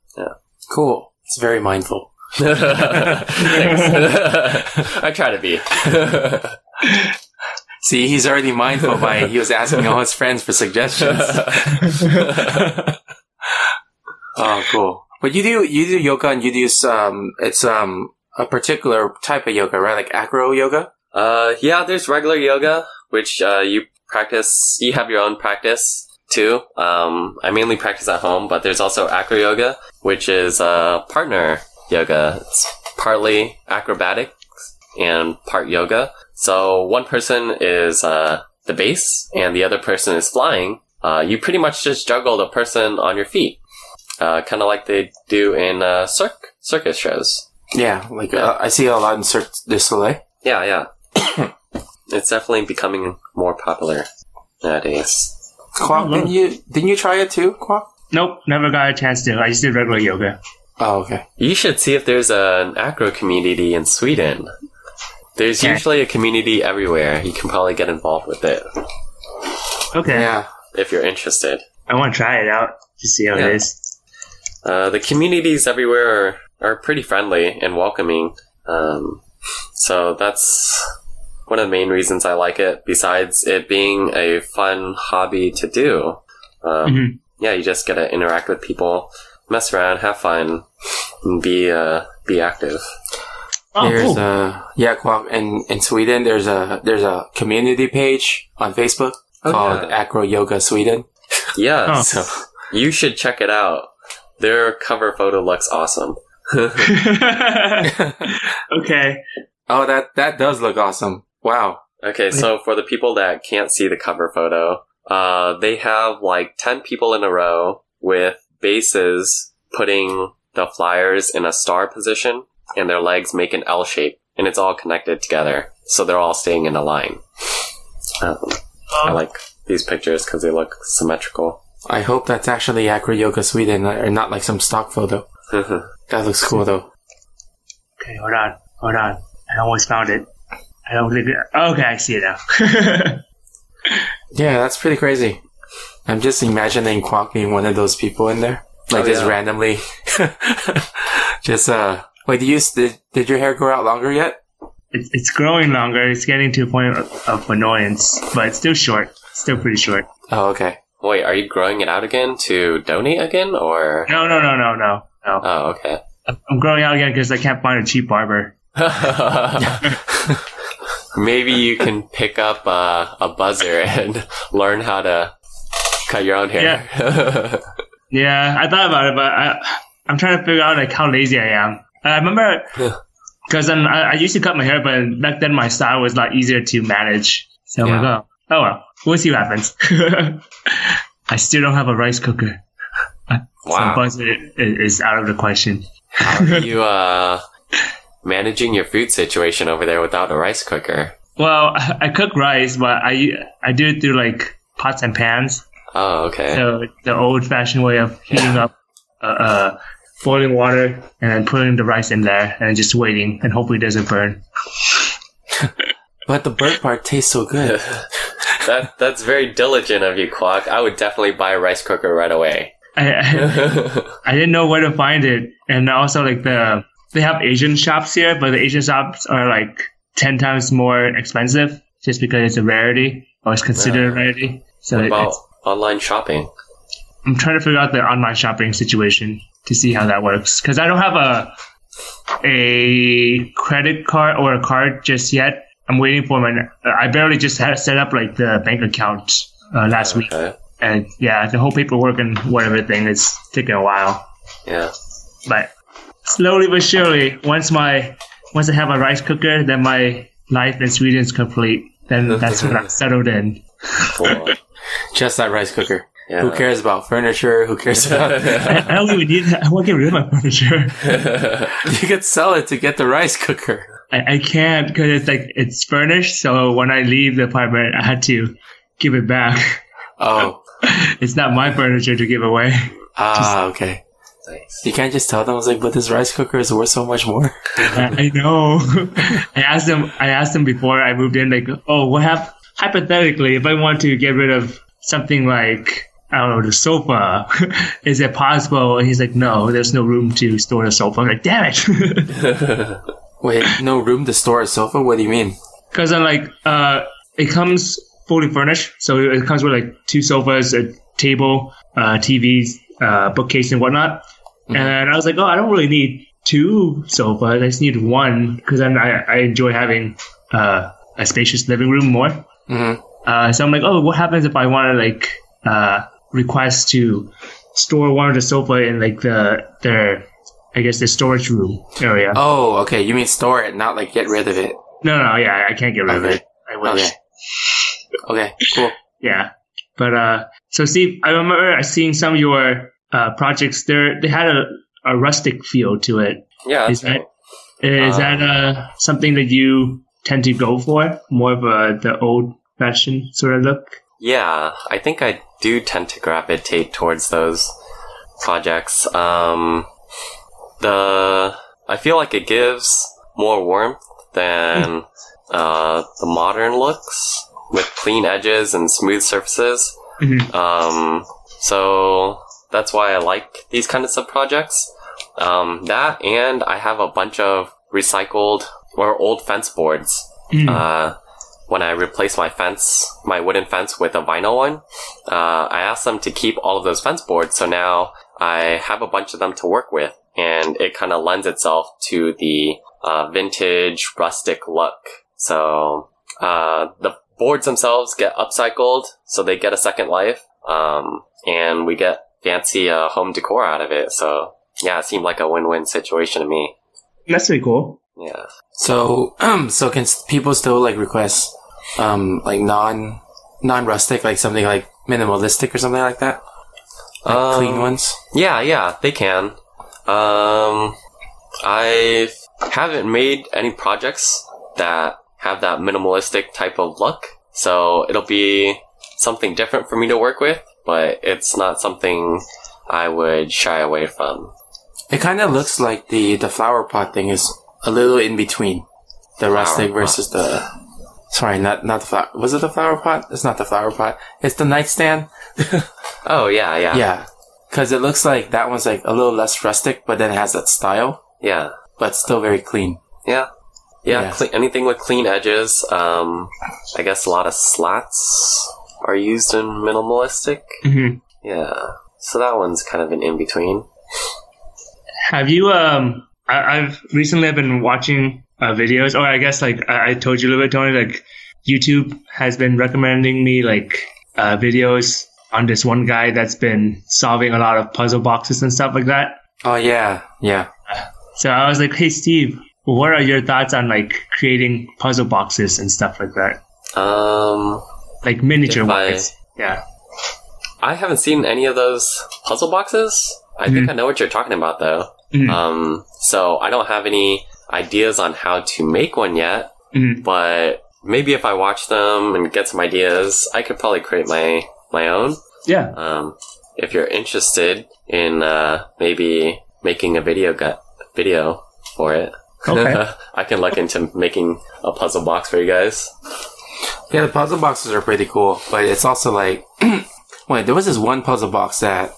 Cool. It's very mindful. Thanks. I try to be. See, he's already mindful by he was asking all his friends for suggestions. oh, cool. But you do you do yoga and you do some it's um a particular type of yoga, right? Like acro yoga? uh, yeah, there's regular yoga, which uh, you practice. You have your own practice too. Um, I mainly practice at home, but there's also acro yoga, which is uh, partner yoga. It's partly acrobatic and part yoga. So one person is uh, the base, and the other person is flying. Uh, you pretty much just juggle the person on your feet, uh, kind of like they do in uh, circ- circus shows. Yeah, like uh, I see a lot in Cirque du Soleil. Yeah, yeah. it's definitely becoming more popular nowadays. Quack, Oh, no. didn't you didn't you try it too, Quack? Nope, never got a chance to. I just did regular yoga. Oh, okay. You should see if there's an acro community in Sweden. There's Okay. usually a community everywhere. You can probably get involved with it Okay, Yeah. if you're interested. I want to try it out to see how Yeah. it is. Uh, the communities everywhere are, are pretty friendly and welcoming. Um, so that's one of the main reasons I like it, besides it being a fun hobby to do. Um, Mhm. Yeah, you just get to interact with people, mess around, have fun, and be, uh, be active. Oh, there's cool. a yeah, Quack, in in Sweden there's a there's a community page on Facebook Oh, called yeah. Acro Yoga Sweden. Yeah, Oh. so you should check it out. Their cover photo looks awesome. okay. Oh, that that does look awesome. Wow. Okay, so for the people that can't see the cover photo, uh, they have like 10 people in a row with bases putting the flyers in a star position and their legs make an L shape and it's all connected together. So they're all staying in a line. Um, I like these pictures because they look symmetrical. I hope that's actually Acro Yoga Sweden and not like some stock photo. Oh, That looks cool though. Okay, hold on, hold on. I almost found it. I don't think. Okay, I see it now. Yeah, that's pretty crazy. I'm just imagining Kwok being one of those people in there. Like Oh, just yeah. randomly. just uh wait, did you s- did, did your hair grow out longer yet? it's, it's growing longer. It's getting to a point of, of annoyance, but it's still short. Still pretty short. Oh, okay. Wait, are you growing it out again to donate again or? No, no, no, no, no, no. Oh, okay. I'm growing out again because I can't find a cheap barber. Maybe you can pick up uh, a buzzer and learn how to cut your own hair. Yeah, I thought about it, but I, I'm trying to figure out like how lazy I am. I remember Yeah. because I, I used to cut my hair, but back then my style was a lot easier to manage. So I'm Yeah. like, oh, oh well, we'll see what happens. I still don't have a rice cooker. So wow. buzzer i- is out of the question. you uh, managing your food situation over there without a rice cooker. Well, I I cook rice, but I I do it through like pots and pans. Oh, okay. So the old-fashioned way of heating up uh, uh, boiling water and then putting the rice in there and just waiting and hopefully it doesn't burn. But the bird part tastes so good. that that's very diligent of you, Quack. I would definitely buy a rice cooker right away. I, I, I didn't know where to find it, and also like the they have Asian shops here, but the Asian shops are like ten times more expensive just because it's a rarity or it's considered a rarity. So it, about it's- online shopping. I'm trying to figure out the online shopping situation to see how that works because I don't have a a credit card or a card just yet. I'm waiting for my. I barely just had set up like the bank account uh, last week, Okay. and yeah, the whole paperwork and whatever thing is taking a while. Yeah. but slowly but surely, once my once I have a rice cooker, then my life in Sweden is complete. Then that's when I'm settled in. Cool. Just that rice cooker. Yeah. Who cares about furniture? Who cares about? I, I don't even need. I won't get rid of my furniture. you could sell it to get the rice cooker. I, I can't because it's like it's furnished. So when I leave the apartment, I had to give it back. Oh, It's not my furniture to give away. ah, okay. Nice. You can't just tell them. I was like, but this rice cooker is worth so much more. I, I know. I asked them. I asked them before I moved in. Like, oh, what hap- hypothetically, if I want to get rid of something like I don't know the sofa, is it possible? And he's like, no, there's no room to store the sofa. I'm like, damn it, Wait, no room to store a sofa? What do you mean? because I'm like, uh, it comes fully furnished, so it comes with like two sofas, a table, uh, TVs, uh, bookcase, and whatnot. Mm-hmm. And I was like, oh, I don't really need two sofas. I just need one because I, I enjoy having uh, a spacious living room more. Mhm. Uh, so I'm like, oh, what happens if I want to like uh, request to store one of the sofa in like the their I guess the storage room area? Oh, okay. You mean store it, not like get rid of it. No, no, yeah, I can't get rid of Okay. it. I wish. Okay. Okay. Cool. Yeah. But uh so Steve, I remember seeing some of your uh projects there they had a, a rustic feel to it. Yeah. Is That's that right. is Uh, that uh something that you tend to go for? More of a the old fashioned sort of look? Yeah, I think I do tend to gravitate towards those projects. Um, the I feel like it gives more warmth than uh, the modern looks with clean edges and smooth surfaces. Mhm. Um, so that's why I like these kind of sub projects. Um, that and I have a bunch of recycled or old fence boards Mm. uh, when I replaced my fence, my wooden fence with a vinyl one, uh, I asked them to keep all of those fence boards. So now I have a bunch of them to work with, and it kind of lends itself to the uh, vintage rustic look. So uh, the boards themselves get upcycled, so they get a second life, um, and we get fancy uh, home decor out of it. So yeah, it seemed like a win-win situation to me. That's pretty cool. Yeah. So, um, so can s- people still like request, um, like non, non rustic, like something like minimalistic or something like that? Like clean Um, ones. Yeah, yeah, they can. Um, I haven't made any projects that have that minimalistic type of look, so it'll be something different for me to work with, but it's not something I would shy away from. It kind of looks like the the flower pot thing is a little in between the rustic pot. versus the. Sorry, not not the flower. Was it the flower pot? It's not the flower pot. It's the nightstand. Oh, yeah, yeah. Yeah, because it looks like that one's like a little less rustic, but then it has that style, Yeah. but still very clean. Yeah. Yeah, Yeah. cle- anything with clean edges. Um, I guess a lot of slats are used in minimalistic. Mhm. Yeah. So that one's kind of an in between. Have you um I, I've recently I've been watching uh, videos, or I guess like I, I told you a little bit, Tony. Like YouTube has been recommending me like uh, videos on this one guy that's been solving a lot of puzzle boxes and stuff like that. Oh yeah, yeah. So I was like, hey Steve, what are your thoughts on like creating puzzle boxes and stuff like that, Um, like miniature If I- ones? Yeah. I haven't seen any of those puzzle boxes. I think I know what you're talking about though. Mhm. Um, so I don't have any ideas on how to make one yet, Mhm. but maybe if I watch them and get some ideas, I could probably create my, my own. Yeah. Um, if you're interested in, uh, maybe making a video gut video for it. Okay. I can look into making a puzzle box for you guys. Yeah, the puzzle boxes are pretty cool, but it's also like, wait, there was this one puzzle box that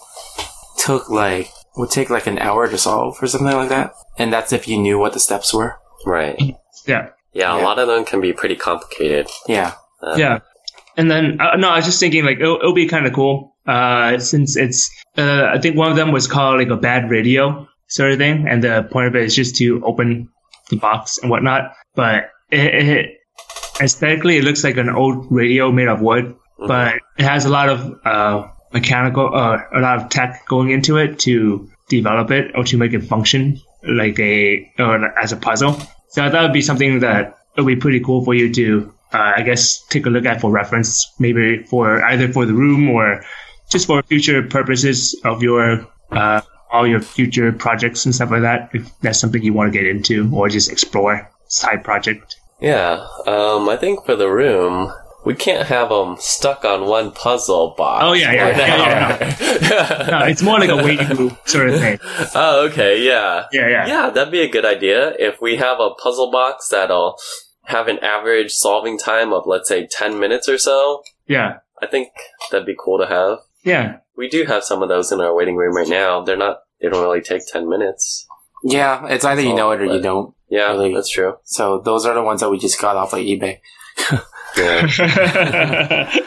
took like would take like an hour to solve or something like that, and that's if you knew what the steps were. Right. Yeah. Yeah, a Yeah. lot of them can be pretty complicated. Yeah, Uh, yeah and then uh, no i was just thinking like it'll, it'll be kind of cool uh since it's uh i think one of them was called like a bad radio sort of thing and the point of it is just to open the box and whatnot but it, it aesthetically it looks like an old radio made of wood but it has a lot of uh mechanical uh, a lot of tech going into it to develop it or to make it function like a or as a puzzle so that would be something that would be pretty cool for you to, uh, I guess, take a look at for reference, maybe for either for the room or just for future purposes of your uh, all your future projects and stuff like that. If that's something you want to get into or just explore side project. Yeah, um, I think for the room, we can't have them stuck on one puzzle box. Oh, yeah, yeah, Why the yeah, yeah, hell? No, it's more like a waiting room sort of thing. oh, okay, yeah. Yeah, yeah, Yeah, that'd be a good idea if we have a puzzle box that'll have an average solving time of, let's say, 10 minutes or so. yeah, I think that'd be cool to have. yeah. We do have some of those in our waiting room right now. They're not, they don't really take 10 minutes. yeah. It's either you know it or you Solid. don't. Yeah, Really? that's true. So those are the ones that we just got off like eBay. Yeah.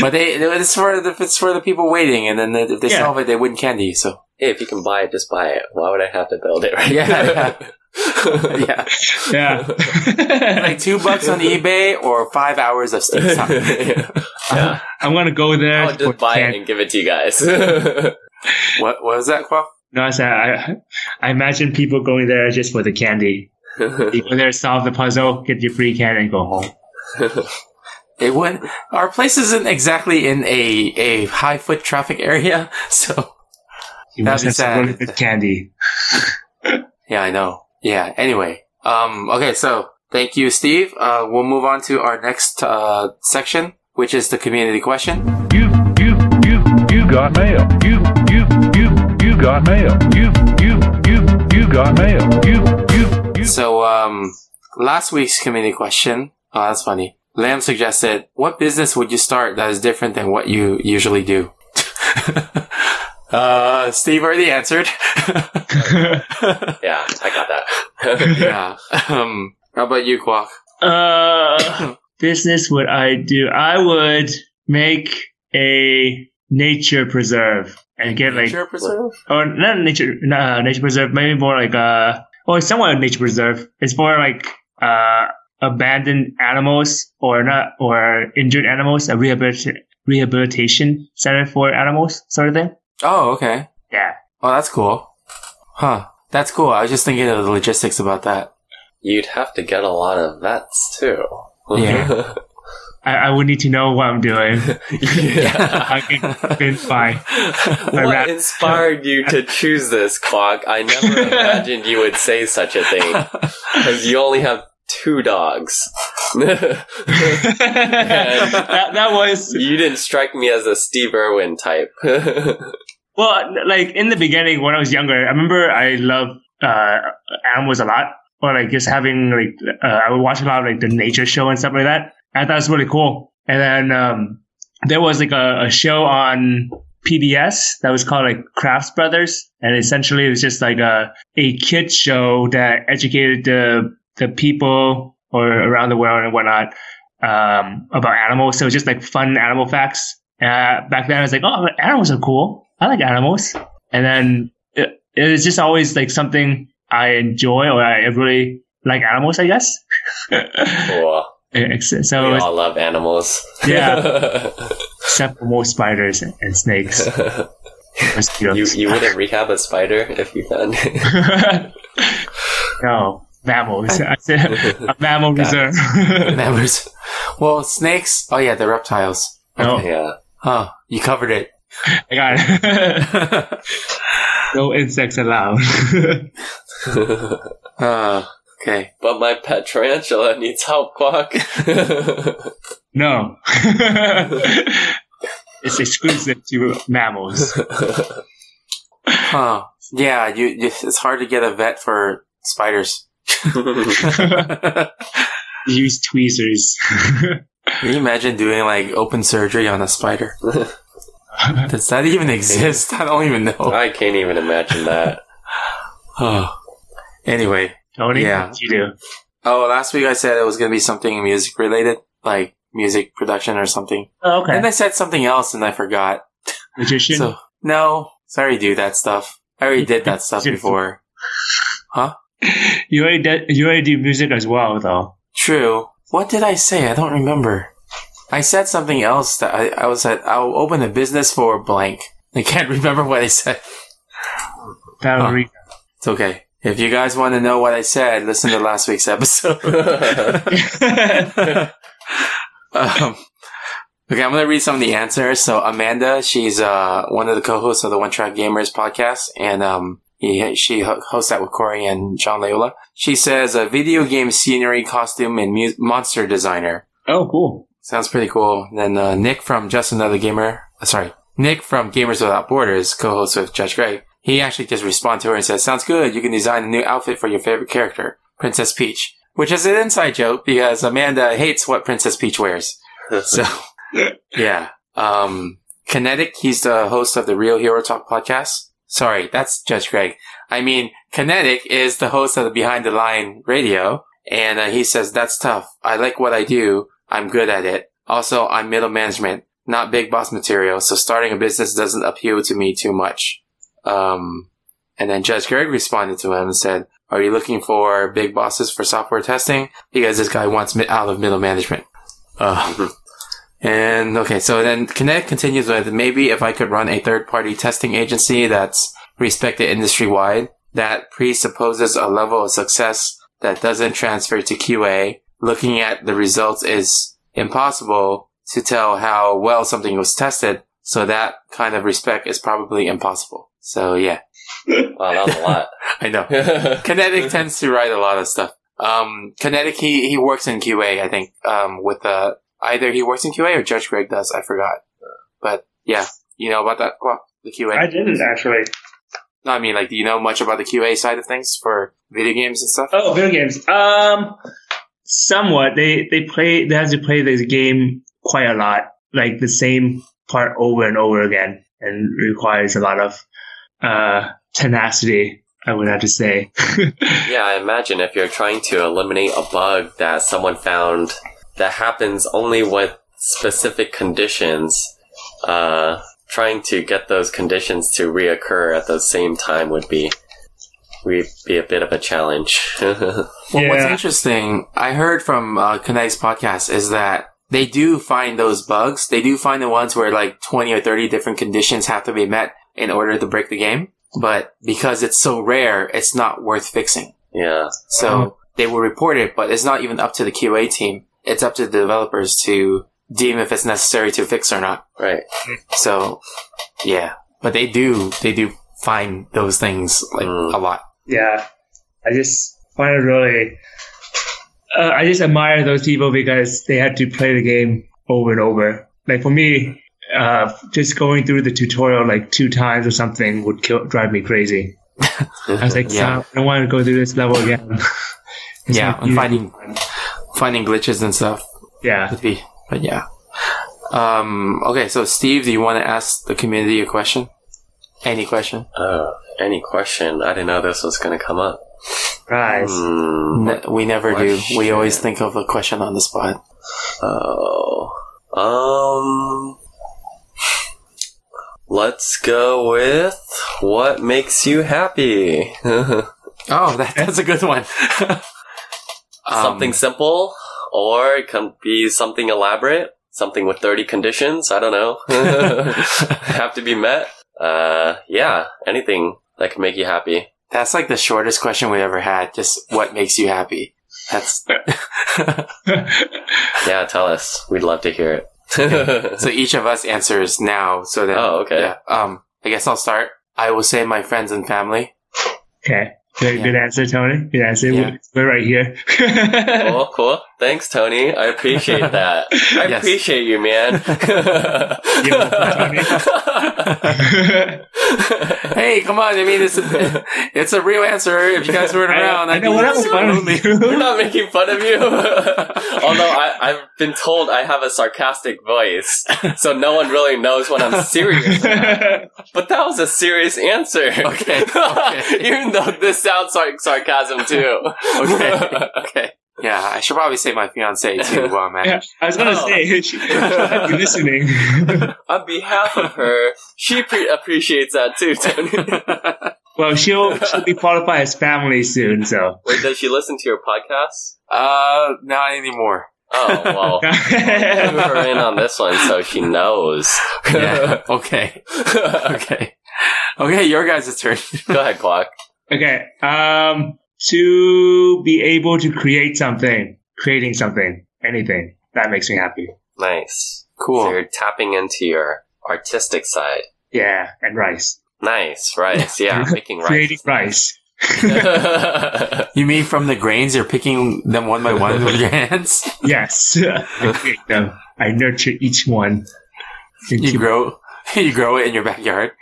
But they it's for the it's for the people waiting, and then they, if they Yeah. solve it, they win candy. So hey, if you can buy it, just buy it. Why would I have to build it, right? Yeah, yeah, yeah. like two bucks on eBay or five hours of Steam time. yeah. I'm gonna go there. I'll for just buy can- it and give it to you guys. yeah, What, what was that, Quaff? No, I said I, I imagine people going there just for the candy. You go there, solve the puzzle, get your free candy, and go home. It would. Our place isn't exactly in a, a high foot traffic area, so You That'd be must have sad. some really good candy. yeah, I know. Yeah. Anyway, um, okay, so thank you, Steve. Uh, we'll move on to our next uh, section, which is the community question. You, you, you, you got mail. You, you, you, you got mail. You, you, you, you got mail. You, you, you. So um, last week's community question. Oh, that's funny. Lamb suggested, "What business would you start that is different than what you usually do?" uh, Steve already answered. I got that. yeah. Um, how about you, Kwok? Uh, business would I do? I would make a nature preserve and get like, Nature preserve? or not nature, uh, nature preserve, maybe more like uh, or it's somewhat a nature preserve. It's more like uh, abandoned animals or not or injured animals, a rehabilit- rehabilitation center for animals, sort of thing. Oh, okay. Yeah. Oh, that's cool. Huh. That's cool. I was just thinking of the logistics about that. You'd have to get a lot of vets too. Yeah. I, I would need to know what I'm doing. yeah. I can been fine. What rat- inspired you to choose this clock? I never imagined you would say such a thing. Because you only have two dogs. you that, that was didn't strike me as a Steve Irwin type. well, like in the beginning when I was younger. I remember I loved uh, animals a lot, or like just having like uh, I would watch a lot of like the nature show and stuff like that. I thought it was really cool. And then um, there was like a, a show on PBS that was called like Crafts Brothers, and essentially it was just like a a kid show that educated the the people or around the world and whatnot um, about animals. So it was just like fun animal facts. Uh, back then, I was like, oh, animals are cool. I like animals. And then it, it was just always like something I enjoy or I really like animals, I guess. Cool. Ex- so We all love animals. Yeah. except for more spiders and, and snakes, you mosquitoes. you wouldn't rehab a spider if you can. no mammals. I said a mammal reserve. Members. Well, snakes. Oh yeah, they're reptiles. no, yeah. Huh. You covered it. I got it. no insects allowed. Uh, okay. But my pet tarantula needs help, Quack. no. it's exclusive to mammals. Huh. Yeah. You, you. It's hard to get a vet for spiders. Can Use tweezers. you imagine doing like open surgery on a spider? Does that even exist? I don't even know. I can't even imagine that. Huh. anyway. Tony, Yeah. what you do? Oh, last week I said it was going to be something music related, like music production or something. Oh, okay. And I said something else and I forgot. Magician. So, no, sorry, do that stuff. I already did that stuff before. you already did, you already do music as well, though. True. What did I say? I don't remember. I said something else that I, I was at, I'll open a business for blank. I can't remember what I said. Ballerina. It's okay. If you guys want to know what I said, listen to last week's episode. um, okay, I'm going to read some of the answers. So Amanda, she's uh, one of the co-hosts of the One Track Gamers podcast, and um, he, she ho- hosts that with Corey and John Leola. She says a video game scenery, costume, and mu- monster designer. Oh, cool. Sounds pretty cool. And then uh, Nick from Just Another Gamer, uh, sorry, Nick from Gamers Without Borders, co-host with Judge Greg. He actually just responded to her and said, "Sounds good. You can design a new outfit for your favorite character, Princess Peach." Which is an inside joke because Amanda hates what Princess Peach wears. So, yeah. Um, Kinetic, he's the host of the Real Hero Talk podcast. Sorry, that's Judge Greg. I mean, Kinetic is the host of the Behind the Line radio, and uh, he says, that's tough. I like what I do. I'm good at it. Also, I'm middle management, not big boss material, so starting a business doesn't appeal to me too much. Um, and then Judge Greg responded to him and said, are you looking for big bosses for software testing? Because this guy wants mi- out of middle management. Uh, and okay, so then Kinetic continues with maybe if I could run a third party testing agency that's respected industry wide, that presupposes a level of success that doesn't transfer to QA. Looking at the results is impossible to tell how well something was tested, so that kind of respect is probably impossible. So yeah, Wow, that was a lot. I know. Kinetic tends to write a lot of stuff. Um, Kinetic, he, he works in QA, I think, um, with, uh, either he works in QA or Judge Greg does, I forgot. But, yeah, you know about that, well, the QA? I didn't actually. no, I mean, like, do you know much about the QA side of things for video games and stuff? Oh, video games. Um, somewhat. They they play. They have to play this game quite a lot, like the same part over and over again, and requires a lot of uh, tenacity. I would have to say. yeah, I imagine if you're trying to eliminate a bug that someone found that happens only with specific conditions, uh, trying to get those conditions to reoccur at the same time would be would be a bit of a challenge. Well, what's Yeah. interesting, I heard from uh, Kinetic's podcast is that they do find those bugs. They do find the ones where like 20 or 30 different conditions have to be met in order to break the game. But because it's so rare, it's not worth fixing. yeah. So they will report it, but it's not even up to the QA team. It's up to the developers to deem if it's necessary to fix or not. Right. So, yeah. But they do, they do find those things like Mm. a lot. yeah, I just find it really. Uh, I just admire those people because they had to play the game over and over. Like for me, uh, just going through the tutorial like two times or something would kill, drive me crazy. I was like, Yeah. yeah. I don't want to go through this level again. It's yeah. like And you- finding, finding glitches and stuff. yeah. Could be, but yeah. Um, okay, so Steve, do you want to ask the community a question? Any question? Uh, any question? I didn't know this was going to come up. Right. Hmm. N- we never do. We question? always think of a question on the spot. Oh. Um. Let's go with what makes you happy. Oh, that, that's a good one. Um, something simple, or it can be something elaborate, something with 30 conditions. I don't know. Have to be met. Uh, yeah, anything that can make you happy. That's like the shortest question we ever had. Just what makes you happy? That's Yeah, tell us. We'd love to hear it. so each of us answers now. So that oh, okay. yeah. Um, I guess I'll start. I will say my friends and family. Okay. Good, Yeah. good answer, Tony. Good answer. Yeah. We're, we're right here. Cool, cool. Thanks, Tony. I appreciate that. I Yes. appreciate you, man. Hey, come on! I mean, it's a, it's a real answer. If you guys weren't I, around, I I'd know be what else super fun lonely. We're you. not making fun of you. Although I, I've been told I have a sarcastic voice, so no one really knows when I'm serious. But that was a serious answer. Okay, okay. Even though this sounds like sarcasm too. Okay. Okay. Yeah, I should probably say my fiance too. While I'm at Yeah, it. I was gonna Oh. say she, she might be listening. On behalf of her, she pre- appreciates that too, Tony. well, she'll she'll be qualified as family soon, so. Wait, does she listen to your podcast? Uh, not anymore. Oh, well. Put her in on this one so she knows. Yeah. okay. Okay. Okay, your guys' turn. Go ahead, Clock. okay. Um, to be able to create something, creating something, anything that makes me happy. Nice. So Cool. you're tapping into your artistic side. Yeah, and rice, Nice, rice. Yeah, making creating rice. rice. You mean from the grains? You're picking them one by one with your hands. Yes, I create them. I nurture each one. Thank You grow. You grow it in your backyard.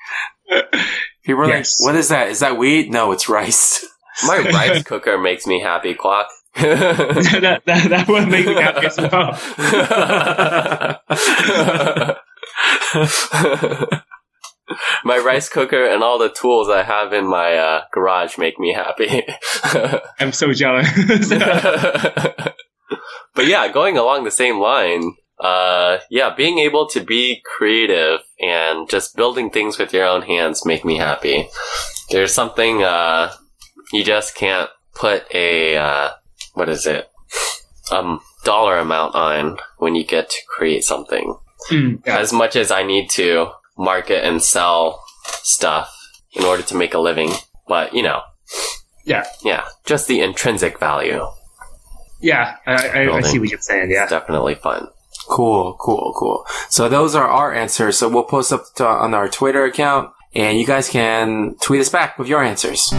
People are Yes. like, "What is that? Is that weed? No, it's rice." My rice cooker makes me happy, Clock. that, that, that would make me happy as well. My rice cooker and all the tools I have in my uh, garage make me happy. I'm so jealous. but yeah, going along the same line, uh, yeah, being able to be creative and just building things with your own hands make me happy. There's something uh, you just can't put a uh, what is it um dollar amount on when you get to create something. Mm, yeah. As much as I need to market and sell stuff in order to make a living, but you know, Yeah. yeah, just the intrinsic value. Yeah, I, I, I see what you're saying. Yeah. It's definitely fun. Cool, cool, cool. So those are our answers. So we'll post up to, on our Twitter account, and you guys can tweet us back with your answers.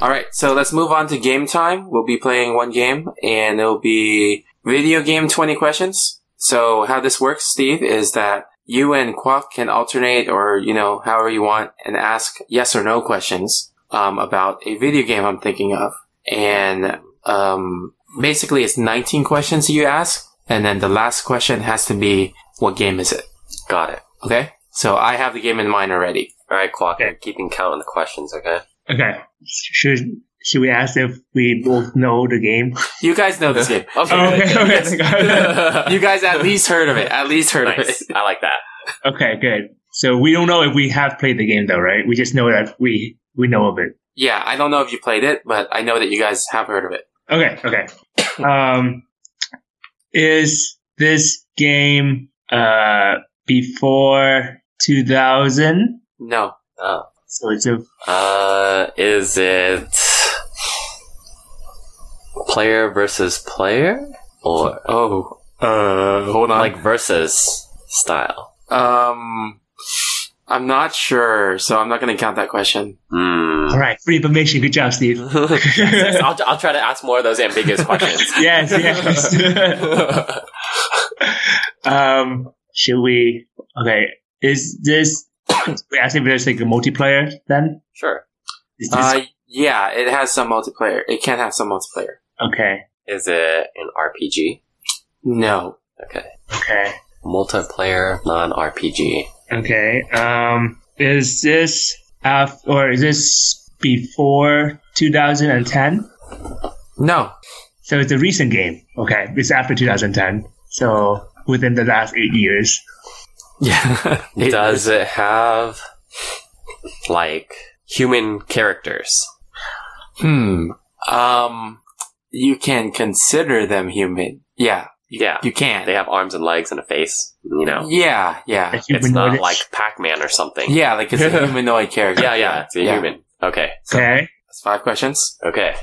All right, so let's move on to game time. We'll be playing one game, and it'll be video game twenty questions. So how this works, Steve, is that you and Quack can alternate, or you know, however you want, and ask yes or no questions um, about a video game I'm thinking of, and um, basically it's 19 questions you ask, and then the last question has to be, what game is it? Got it. Okay? So I have the game in mind already. All right, Clock. Okay. I'm keeping count on the questions. Okay. Okay. Should should we ask if we both know the game? You guys know this game. Oh, Okay. Okay. You guys at least heard of it. At least heard of it. nice. I like that. okay. Good. So we don't know if we have played the game though, right? We just know that we we know of it. Yeah, I don't know if you played it, but I know that you guys have heard of it. Okay. Okay. Um, is this game uh before two thousand? No. Oh. So it's a Uh, is it player versus player or Oh. Uh, hold on. like versus style? um, I'm not sure, so I'm not going to count that question. Hmm. all right. Free information. Good job, Steve. Yes, I'll, I'll try to ask more of those ambiguous questions. yes. Yes. Um, should we? Okay, is this? we asking if there's like a multiplayer then? sure. Is this, Uh, yeah, it has some multiplayer. It can have some multiplayer. okay, Is it an RPG? No. Okay. okay, Multiplayer, non-RPG. okay. Um, is this af- or is this before 2010? No. So it's a recent game. Okay, it's after 2010. So within the last eight years. Yeah. Does it have like human characters? Hmm. Um, you can consider them human. Yeah. You, Yeah. You can. They have arms and legs and a face, you know. Yeah, yeah. A It's humanoid- not like Pac Man or something. Yeah, like it's a humanoid character. yeah, yeah. It's a Yeah. human. Okay. Okay. That's five questions. Okay.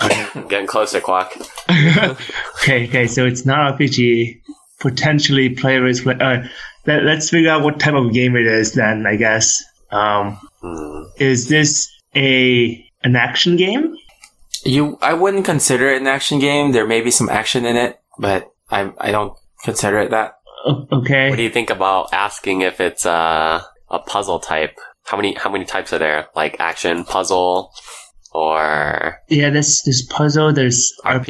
Getting closer, Quack. okay, okay. So it's not RPG. Potentially players. Play, uh, let, let's figure out what type of game it is. Then I guess. Um, Hmm. is this a an action game? You, I wouldn't consider it an action game. There may be some action in it, but I, I don't consider it that. O- okay. What do you think about asking if it's uh, a puzzle type? How many how many types are there? Like action, puzzle, or yeah. There's there's puzzle. There's RPG.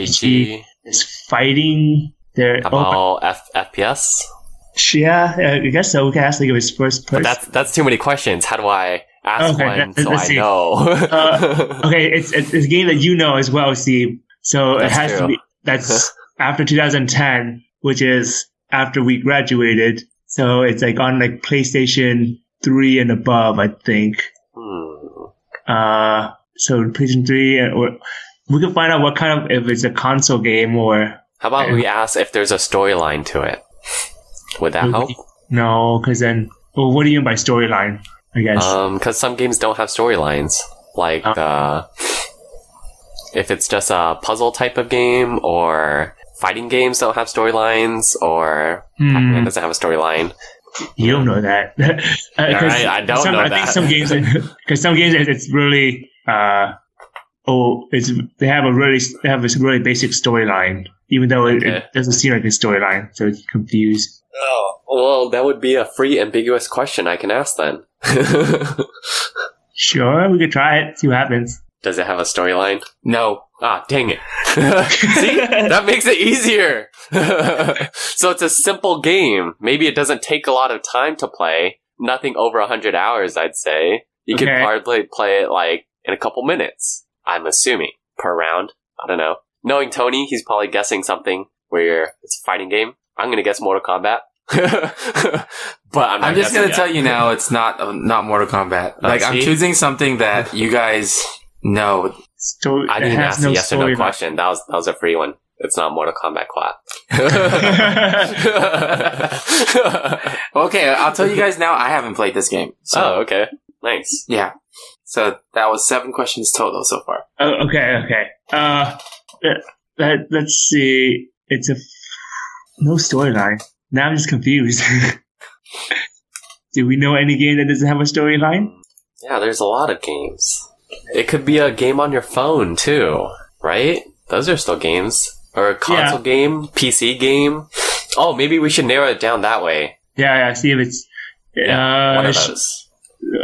RPG? There's fighting. There. Oh, About F- FPS? sh- yeah. uh, I guess so. We can ask like if it's first But person. that's that's too many questions. How do I ask Okay, one let- so let's I see. Uh, know? okay, it's, it's it's a game that you know as well, Steve. So That's it has true. to be that's after 2010, which is after we graduated. So it's like on like PlayStation 3 and above, I think. Hmm. Uh, so PlayStation 3 and- or we can find out what kind of if it's a console game or How about we ask if there's a storyline to it? Would that help? no, because then well, what do you mean by storyline? I guess. Because Um, some games don't have storylines. Like Oh. uh, if it's just a puzzle type of game, or fighting games don't have storylines, or Pac-Man Hmm, doesn't have a storyline. you don't know that. Uh, 'cause I- I don't some, know I that. think some games, because some games, it- it's really, uh, oh, it's they have a really they have this really basic storyline, even though it, Okay. it doesn't seem like a storyline, so it's confused. Oh, well, that would be a free, ambiguous question I can ask then. Sure, we could try it, see what happens. Does it have a storyline? No. Ah, dang it. See? That makes it easier. so it's a simple game. Maybe it doesn't take a lot of time to play. Nothing over 100 hours, I'd say. You could Okay. hardly play it like in a couple minutes, I'm assuming, per round. I don't know. Knowing Tony, he's probably guessing something where it's a fighting game. I'm going to guess Mortal Kombat. but I'm, not I'm just guessing gonna yet. tell you now, it's not uh, not Mortal Kombat. like I'm Oh, see? choosing something that you guys know. Story, I it didn't has ask no a yes or no storyline. question. That was that was a free one. It's not Mortal Kombat Quad. Okay, I'll tell you guys now. I haven't played this game. So oh, okay. Nice. yeah. So that was seven questions total so far. Oh, okay, okay. Uh, let, let, let's see. It's a no storyline. Now I'm just confused. Do we know any game that doesn't have a storyline? Yeah, there's a lot of games. It could be a game on your phone too, right? Those are still games. Or a console game, PC game. Oh, maybe we should narrow it down that way. Yeah, yeah. See if it's. Yeah, one uh, of sh- those.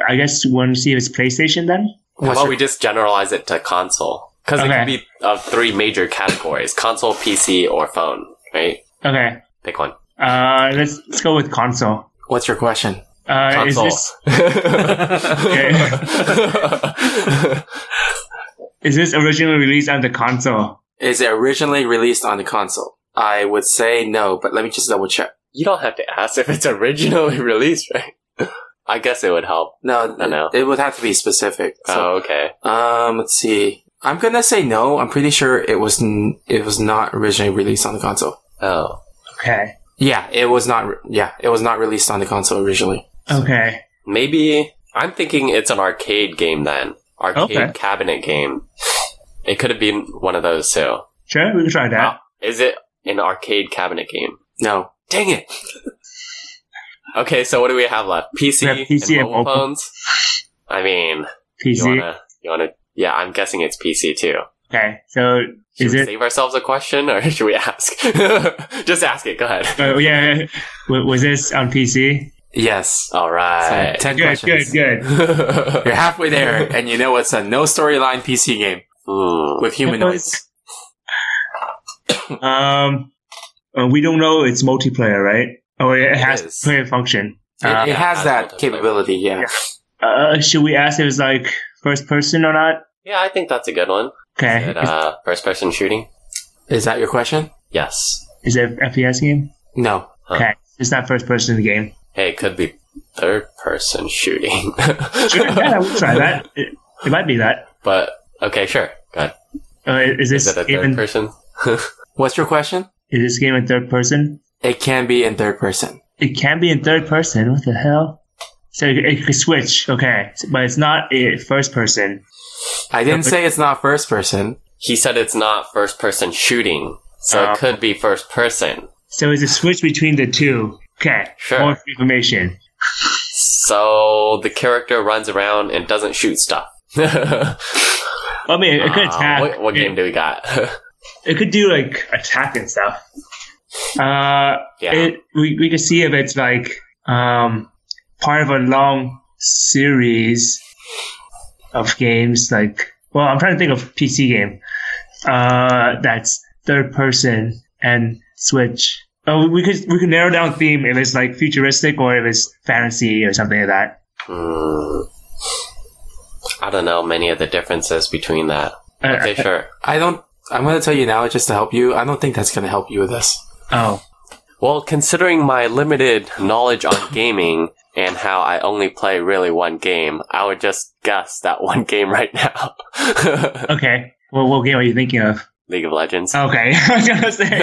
I guess one. See if it's PlayStation then. How about we just generalize it to console? Because it Okay. could be of three major categories: console, PC, or phone. Right? Okay. Pick one. Uh, let's let's go with console. What's your question? Uh, Console. Is this is this originally released on the console? Is it originally released on the console? I would say no, but let me just double check. you don't have to ask if it's originally released, right? I guess it would help. No, I know. It would have to be specific. So, oh, okay. um, let's see. I'm gonna say no. I'm pretty sure it was n- it was not originally released on the console. Oh, Okay. Yeah, it was not. Re- yeah, it was not released on the console originally. Okay. maybe I'm thinking it's an arcade game then. Arcade Okay. cabinet game. It could have been one of those too. Sure, we can try that. Is it an arcade cabinet game? No, Dang it! okay, so what do we have left? We PC, have PC and and mobile mobile. phones. I mean, PC. you wanna, you wanna? Yeah, I'm guessing it's PC too. okay. So Should is we it? save ourselves a question or should we ask? Just ask it. Go ahead. Uh, yeah. W- was this on PC? Yes. Uh, All So, right. ten Good. questions. Good. Good. You're halfway there, and you know it's a no storyline PC game Hmm. with humanoids. Um, uh, we don't know it's multiplayer, right? Oh, it, has is. player function. It, Uh, it has has that multiplayer. capability. Yeah. uh, should we ask if it's like first person or not? Yeah, I think that's a good one. Okay. Is it, uh, first person shooting? Is that your question? Yes. Is it a FPS game? No. Okay. It's not first person game. Hey, it could be third person shooting. Sure, yeah, we'll try that. It, it might be that. but Okay, sure. Go ahead. Uh, is Is this that a game third in, person? What's your question? is this game in third person? It can be in third person. It can be in third person. What the hell? So it, it could switch. Okay, but it's not a first person. I didn't say it's not first person. He said it's not first person shooting, so Oh. it could be first person. So it's a switch between the two. Okay, Sure. more information. So the character runs around and doesn't shoot stuff. I mean, it could Uh, attack. what, what It- game do we got? It could do like attack and stuff. Uh, yeah. it, we we could see if it's like um part of a long series of games. Like, well, I'm trying to think of PC game uh that's third person and Switch. Oh, we could we could narrow down theme if it's like futuristic or if it's fantasy or something like that. Hmm. I don't know many of the differences between that. Uh, Okay, sure. I don't. I'm going to tell you now just to help you. I don't think that's going to help you with this. oh, Well, considering my limited knowledge on gaming and how I only play really one game, I would just guess that one game right now. okay. Well, what game are you thinking of? League of Legends. Okay, I was gonna say.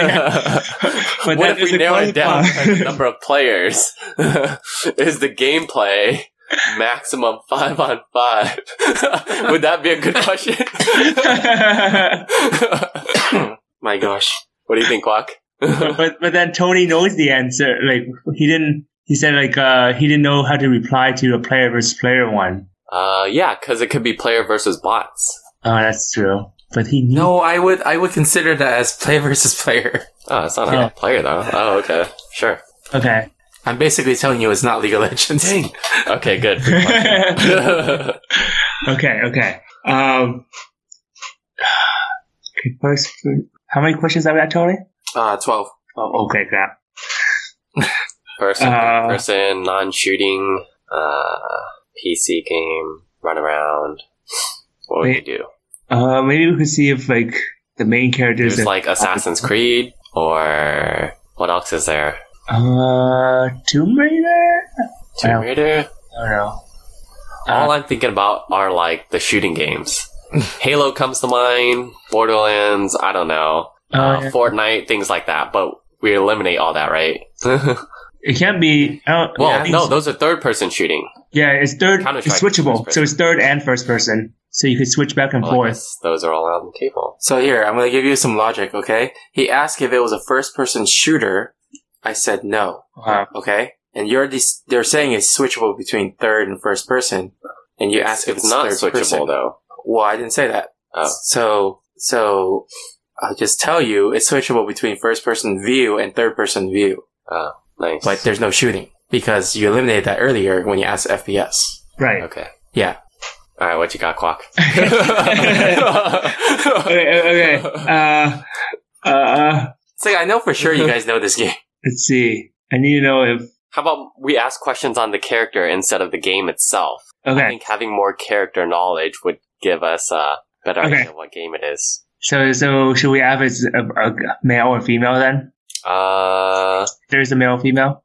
But what that if we doesn't narrow it down qualify. by the number of players? Is the gameplay maximum five on five? Would that be a good question? My gosh. what do you think, Quack? but, but but then Tony knows the answer. Like he didn't. He said like uh, he didn't know how to reply to a player versus player one. Uh, yeah, because it could be player versus bots. Oh, that's true. But he knew. No, I would. I would consider that as player versus player. Oh, it's not Yeah. a player though. Oh, okay, sure. Okay. I'm basically telling you it's not League of Legends. Okay, good. okay. Okay. Um. okay, First, how many questions have we got, Tony? Uh, twelve. Oh, okay, crap. person, Uh, person, non-shooting, uh, PC game, run around. What would you Wait. do? Uh, maybe we could see if like the main characters. There's like Assassin's Creed, or what else is there? uh, Tomb Raider. Tomb Wow. Raider. I don't know. Uh-huh. All I'm thinking about are like the shooting games. Halo comes to mind. Borderlands. I don't know. Oh, uh, yeah. Fortnite, things like that. But we eliminate all that, right? well, It can't be. Oh, yeah, no, those are third-person shooting. Yeah, it's third. Counter-Strike It's switchable, is so it's third and first person. So you could switch back and Well, I forth. guess those are all on the table. So here, I'm going to give you some logic. Okay. He asked if it was a first-person shooter. I said no. Wow. Okay. And you're dis- they're saying it's switchable between third and first person. And you ask if It's not switchable though. Well, I didn't say that. Oh. So, so I'll just tell you, it's switchable between first person view and third person view, Nice. but there's no shooting because you eliminated that earlier when you asked FPS. Right. Okay. Yeah. All right, what you got, Quack? Okay. Okay. okay. Uh, uh, It's like I know for sure you guys know this game. let's see. I need to know if. How about we ask questions on the character instead of the game itself? I Okay. think having more character knowledge would give us a better Okay. idea of what game it is. So, so should we have it's a, a male or female then? Uh, There's a male, female.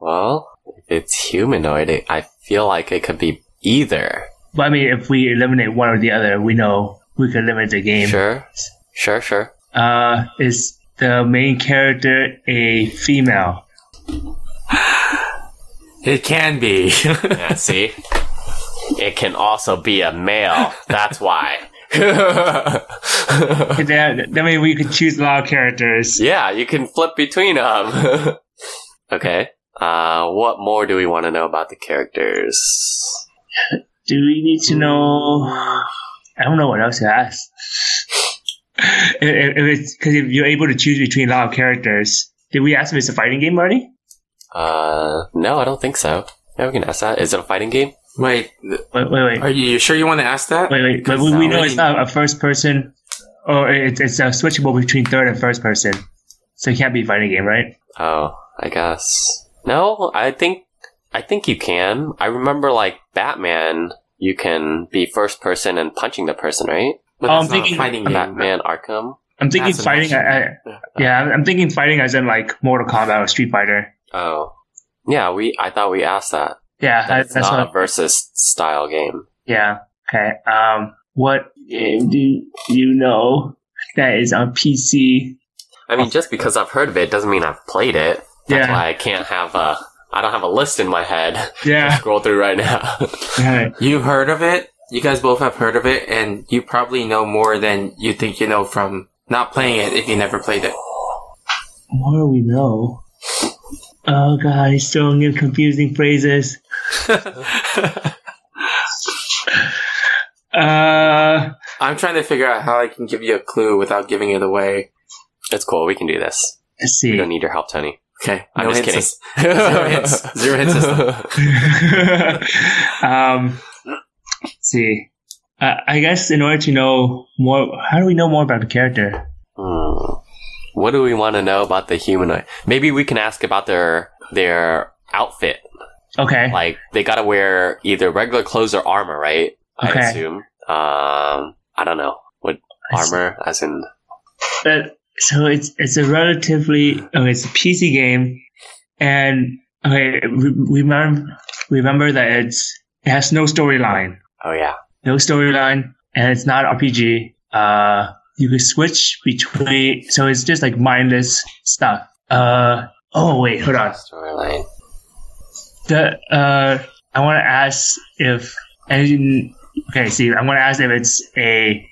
well, if it's humanoid, it, I feel like it could be either. But I mean, if we eliminate one or the other, we know we could limit the game. Sure, sure, sure. Uh, is the main character a female? It can be. Yeah, see, it can also be a male. That's why. That, that mean we could choose a lot of characters. Yeah, you can flip between them. okay. Uh, what more do we want to know about the characters? Do we need to know? I don't know what else to ask. if, if if it's because if you're able to choose between a lot of characters, did we ask if it's a fighting game already? Uh, no, I don't think so. Yeah, we can ask that. Is it a fighting game? Wait, Wait, wait, wait, are you, you sure you want to ask that? wait, wait. But we, we know it's not a first person, or it, it's uh, switchable between third and first person, so it can't be a fighting game, right? Oh, I guess. No, I think, I think you can. I remember like Batman, you can be first person and punching the person, right? But Oh, that's I'm not a thinking- fighting game. Batman Arkham. I'm thinking That's an fighting. option. I, I, yeah, I'm- I'm thinking fighting as in like Mortal Kombat or Street Fighter. Oh. Yeah, we, I thought we asked that. Yeah, I- That's, that's not what. a versus style game. Yeah. Okay. Um. What game do you know that is on PC? I mean, just because I've heard of it doesn't mean I've played it. That's Yeah. why I can't have a. I don't have a list in my head. Yeah. Scroll through right now. Right. You've heard of it. You guys both have heard of it, and you probably know more than you think you know from not playing it if you never played it. More we know. Oh god, he's throwing in confusing phrases. uh, I'm trying to figure out how I can give you a clue without giving it away. it's cool. We can do this. let's We see. don't need your help, Tony. Okay, I'm no just hints kidding. is- Zero hits. Zero hits um, let's see. Uh, I guess in order to know more, how do we know more about the character? Hmm. What do we want to know about the humanoid? Maybe we can ask about their their outfit. Okay. Like they gotta wear either regular clothes or armor, right? Okay. I assume. Um, I don't know what I see. armor, as in Uh, so it's it's a relatively oh, it's a PC game, and okay, re- remember remember that it's it has no storyline, oh yeah, no storyline, and it's not RPG. Uh, you can switch between, so it's just like mindless stuff. Uh, oh wait, hold on. storyline. The uh, I want to ask if and okay, see, I want to ask if it's a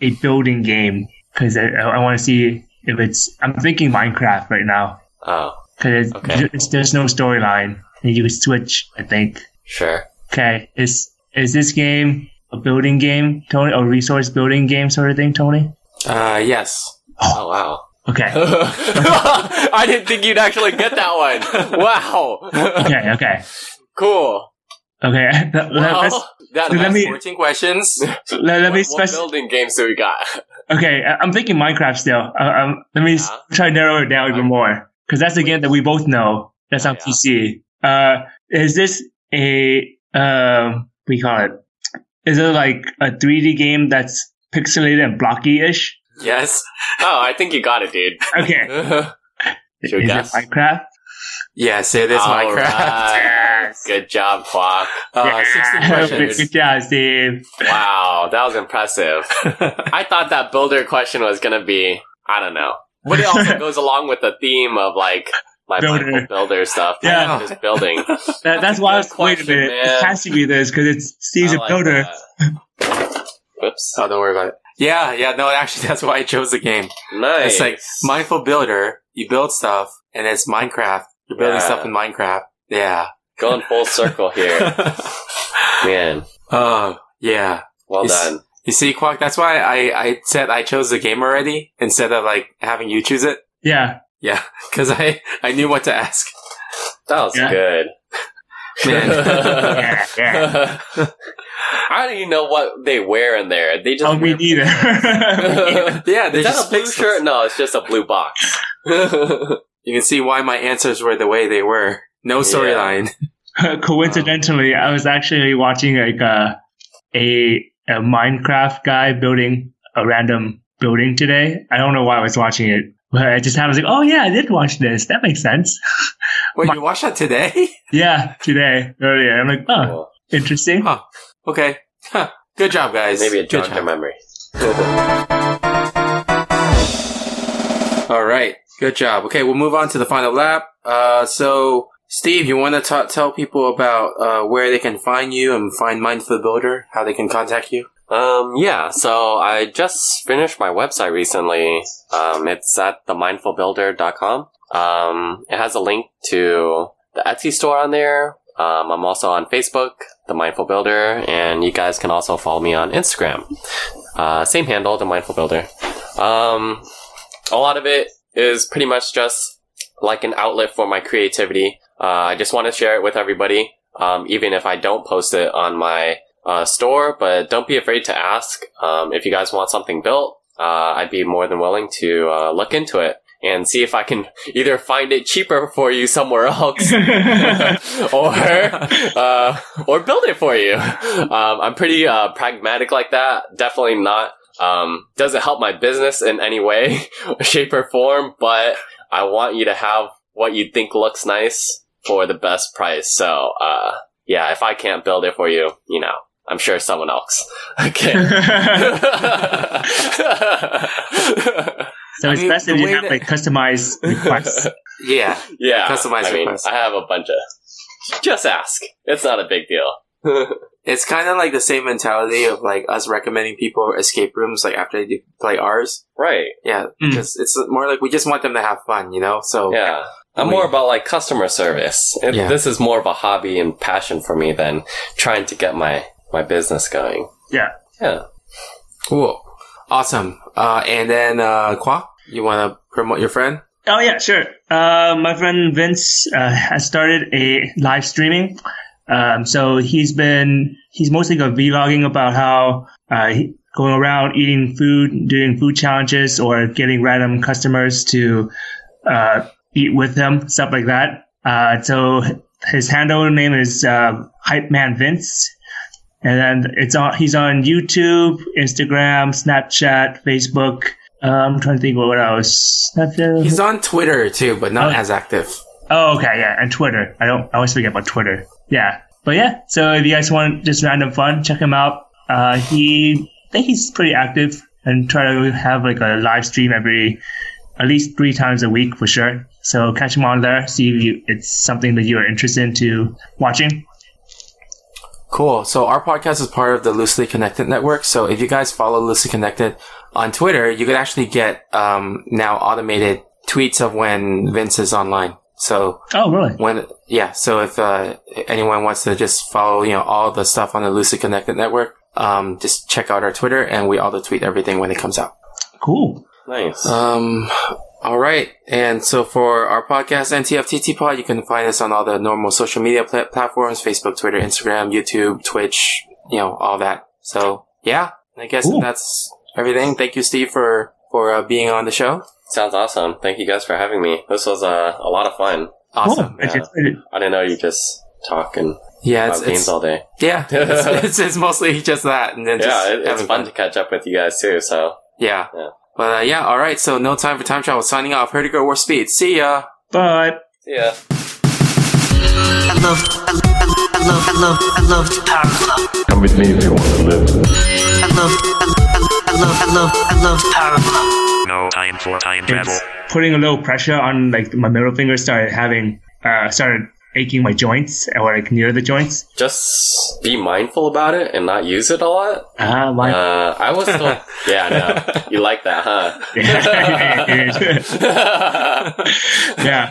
a building game because I, I want to see if it's. I'm thinking Minecraft right now Oh because Okay. there's no storyline and you can switch. I think. sure. Okay, is is this game a building game, Tony, or resource building game sort of thing, Tony? Uh, yes. Oh wow. Okay, I didn't think you'd actually get that one. Wow. okay, okay, cool. okay. Let- let- Wow. let's- That, Let that's- me- Fourteen questions. let, let me what, what specify. building games do we got? Okay, I- I'm thinking Minecraft still. Uh, um, let me s try to narrow it down even more because that's a game that we both know. That's on Yeah. PC. Uh, is this a um? We call it. Is it like a 3D game that's pixelated and blocky-ish? Yes. Oh, I think you got it, dude. Okay, Sure is guess. it Minecraft? Yes, it is All Minecraft. right. Good job, Quack. Oh, Uh, Sixteen questions. Good job, Steve. Wow, that was impressive. I thought that builder question was gonna be, I don't know. But it also goes along with the theme of like my Builder. builder, builder stuff. Yeah. Just building. That, that's why I was good wait a question, minute. It man. has to be this because it's Steve's I a like builder. that. Whoops. Oh, don't worry about it. Yeah, yeah. No, actually, that's why I chose the game. Nice. It's like mindful builder. You build stuff, and it's Minecraft. You're building Yeah. stuff in Minecraft. Yeah. going full circle here. Man. Oh, yeah. Well It's- done. You see, Quack, that's why I, I said I chose the game already instead of like having you choose it. Yeah. Yeah, because I, I knew what to ask. That was Yeah. good. Man. Yeah, yeah. I don't even know what they wear in there. They just Oh, me wear- neither. yeah, Is there's that a just blue pixels. shirt? No, it's just a blue box. You can see why my answers were the way they were. No Yeah. storyline. coincidentally, I was actually watching like a, a a Minecraft guy building a random building today. I don't know why I was watching it, but I just happened to like, oh yeah, I did watch this. That makes sense. Wait, My- you watched that today? yeah, today earlier. I'm like, oh, Cool. interesting. Huh. Okay. Huh. Good job, guys. Maybe it Good jogged their job. memory. All right. Good job. Okay, we'll move on to the final lap. Uh, so, Steve, you want to ta- tell people about uh, where they can find you and find Mindful Builder, how they can contact you? Um, yeah, so I just finished my website recently. Um, it's at themindfulbuilder.com. Um, it has a link to the Etsy store on there. Um, I'm also on Facebook, The Mindful Builder, and you guys can also follow me on Instagram. Uh, same handle, The Mindful Builder. Um, a lot of it is pretty much just like an outlet for my creativity. Uh, I just want to share it with everybody, um, even if I don't post it on my uh, store, but don't be afraid to ask. Um, if you guys want something built, uh, I'd be more than willing to uh, look into it and see if I can either find it cheaper for you somewhere else. or uh, or build it for you. Um, I'm pretty uh, pragmatic like that. Definitely not. Um, doesn't help my business in any way, shape, or form. But I want you to have what you think looks nice for the best price. So uh, yeah, if I can't build it for you, you know, I'm sure someone else. Okay. So it's I mean, best if the you way have that- like customized requests. Yeah. yeah. Customize I mean, request. I have a bunch of. Just ask. It's not a big deal. It's kind of like the same mentality of like us recommending people escape rooms like after they do play ours. Right. Yeah, Mm. just it's more like we just want them to have fun, you know. So Yeah. I'm more about like customer service. It, Yeah. This is more of a hobby and passion for me than trying to get my, my business going. Yeah. Yeah. cool, awesome. Uh, and then uh, Kwa, you want to promote your friend? Oh yeah, sure. Uh, my friend Vince uh, has started a live streaming. Um, so he's been he's mostly got vlogging about how uh, he- going around eating food, doing food challenges, or getting random customers to uh, eat with him, stuff like that. Uh, so his handle name is uh, Hype Man Vince, and then it's on. He's on YouTube, Instagram, Snapchat, Facebook. Uh, I'm trying to think what else. Snapchat. He's on Twitter too, but not as active. Oh, okay, yeah, and Twitter. I don't. I always forget about Twitter. Yeah, but yeah. So if you guys want just random fun, check him out. Uh, he, I think he's pretty active and try to have like a live stream every, at least three times a week for sure. So catch him on there. See if you, it's something that you are interested into watching. Cool. So our podcast is part of the Loosely Connected network. So if you guys follow Loosely Connected on Twitter, you could actually get um, now automated tweets of when Vince is online. So Oh, really? when yeah so if uh, anyone wants to just follow you know all the stuff on the lucid connected network um, just check out our twitter and we auto tweet everything when it comes out Cool. Nice. um, all right and so for our podcast ntftt pod you can find us on all the normal social media pla- platforms facebook twitter instagram youtube twitch you know all that so yeah i guess Cool. that's everything thank you steve for for uh, being on the show Sounds awesome. Thank you guys for having me. This was uh, a lot of fun. awesome Cool. It's- it's- I didn't know you just talk and yeah about it's, games it's all day. yeah it's, it's, it's mostly just that and then just Yeah, it, it's having fun to catch up with you guys too. So Yeah. Yeah. But uh, yeah, all right. So no time for time travel. Signing off. Here to go. War speed. See ya. But yeah. I love, I love, I love, I love, I love the power glove. Come with me if you want to live. I love, I love, I love, I love, I love the power glove. No time for time travel. it's putting a little pressure on like my middle finger started having uh started aching my joints or like near the joints. Just be mindful about it and not use it a lot. Ah, uh, why? Uh, I was still. yeah, no. You like that, huh? yeah.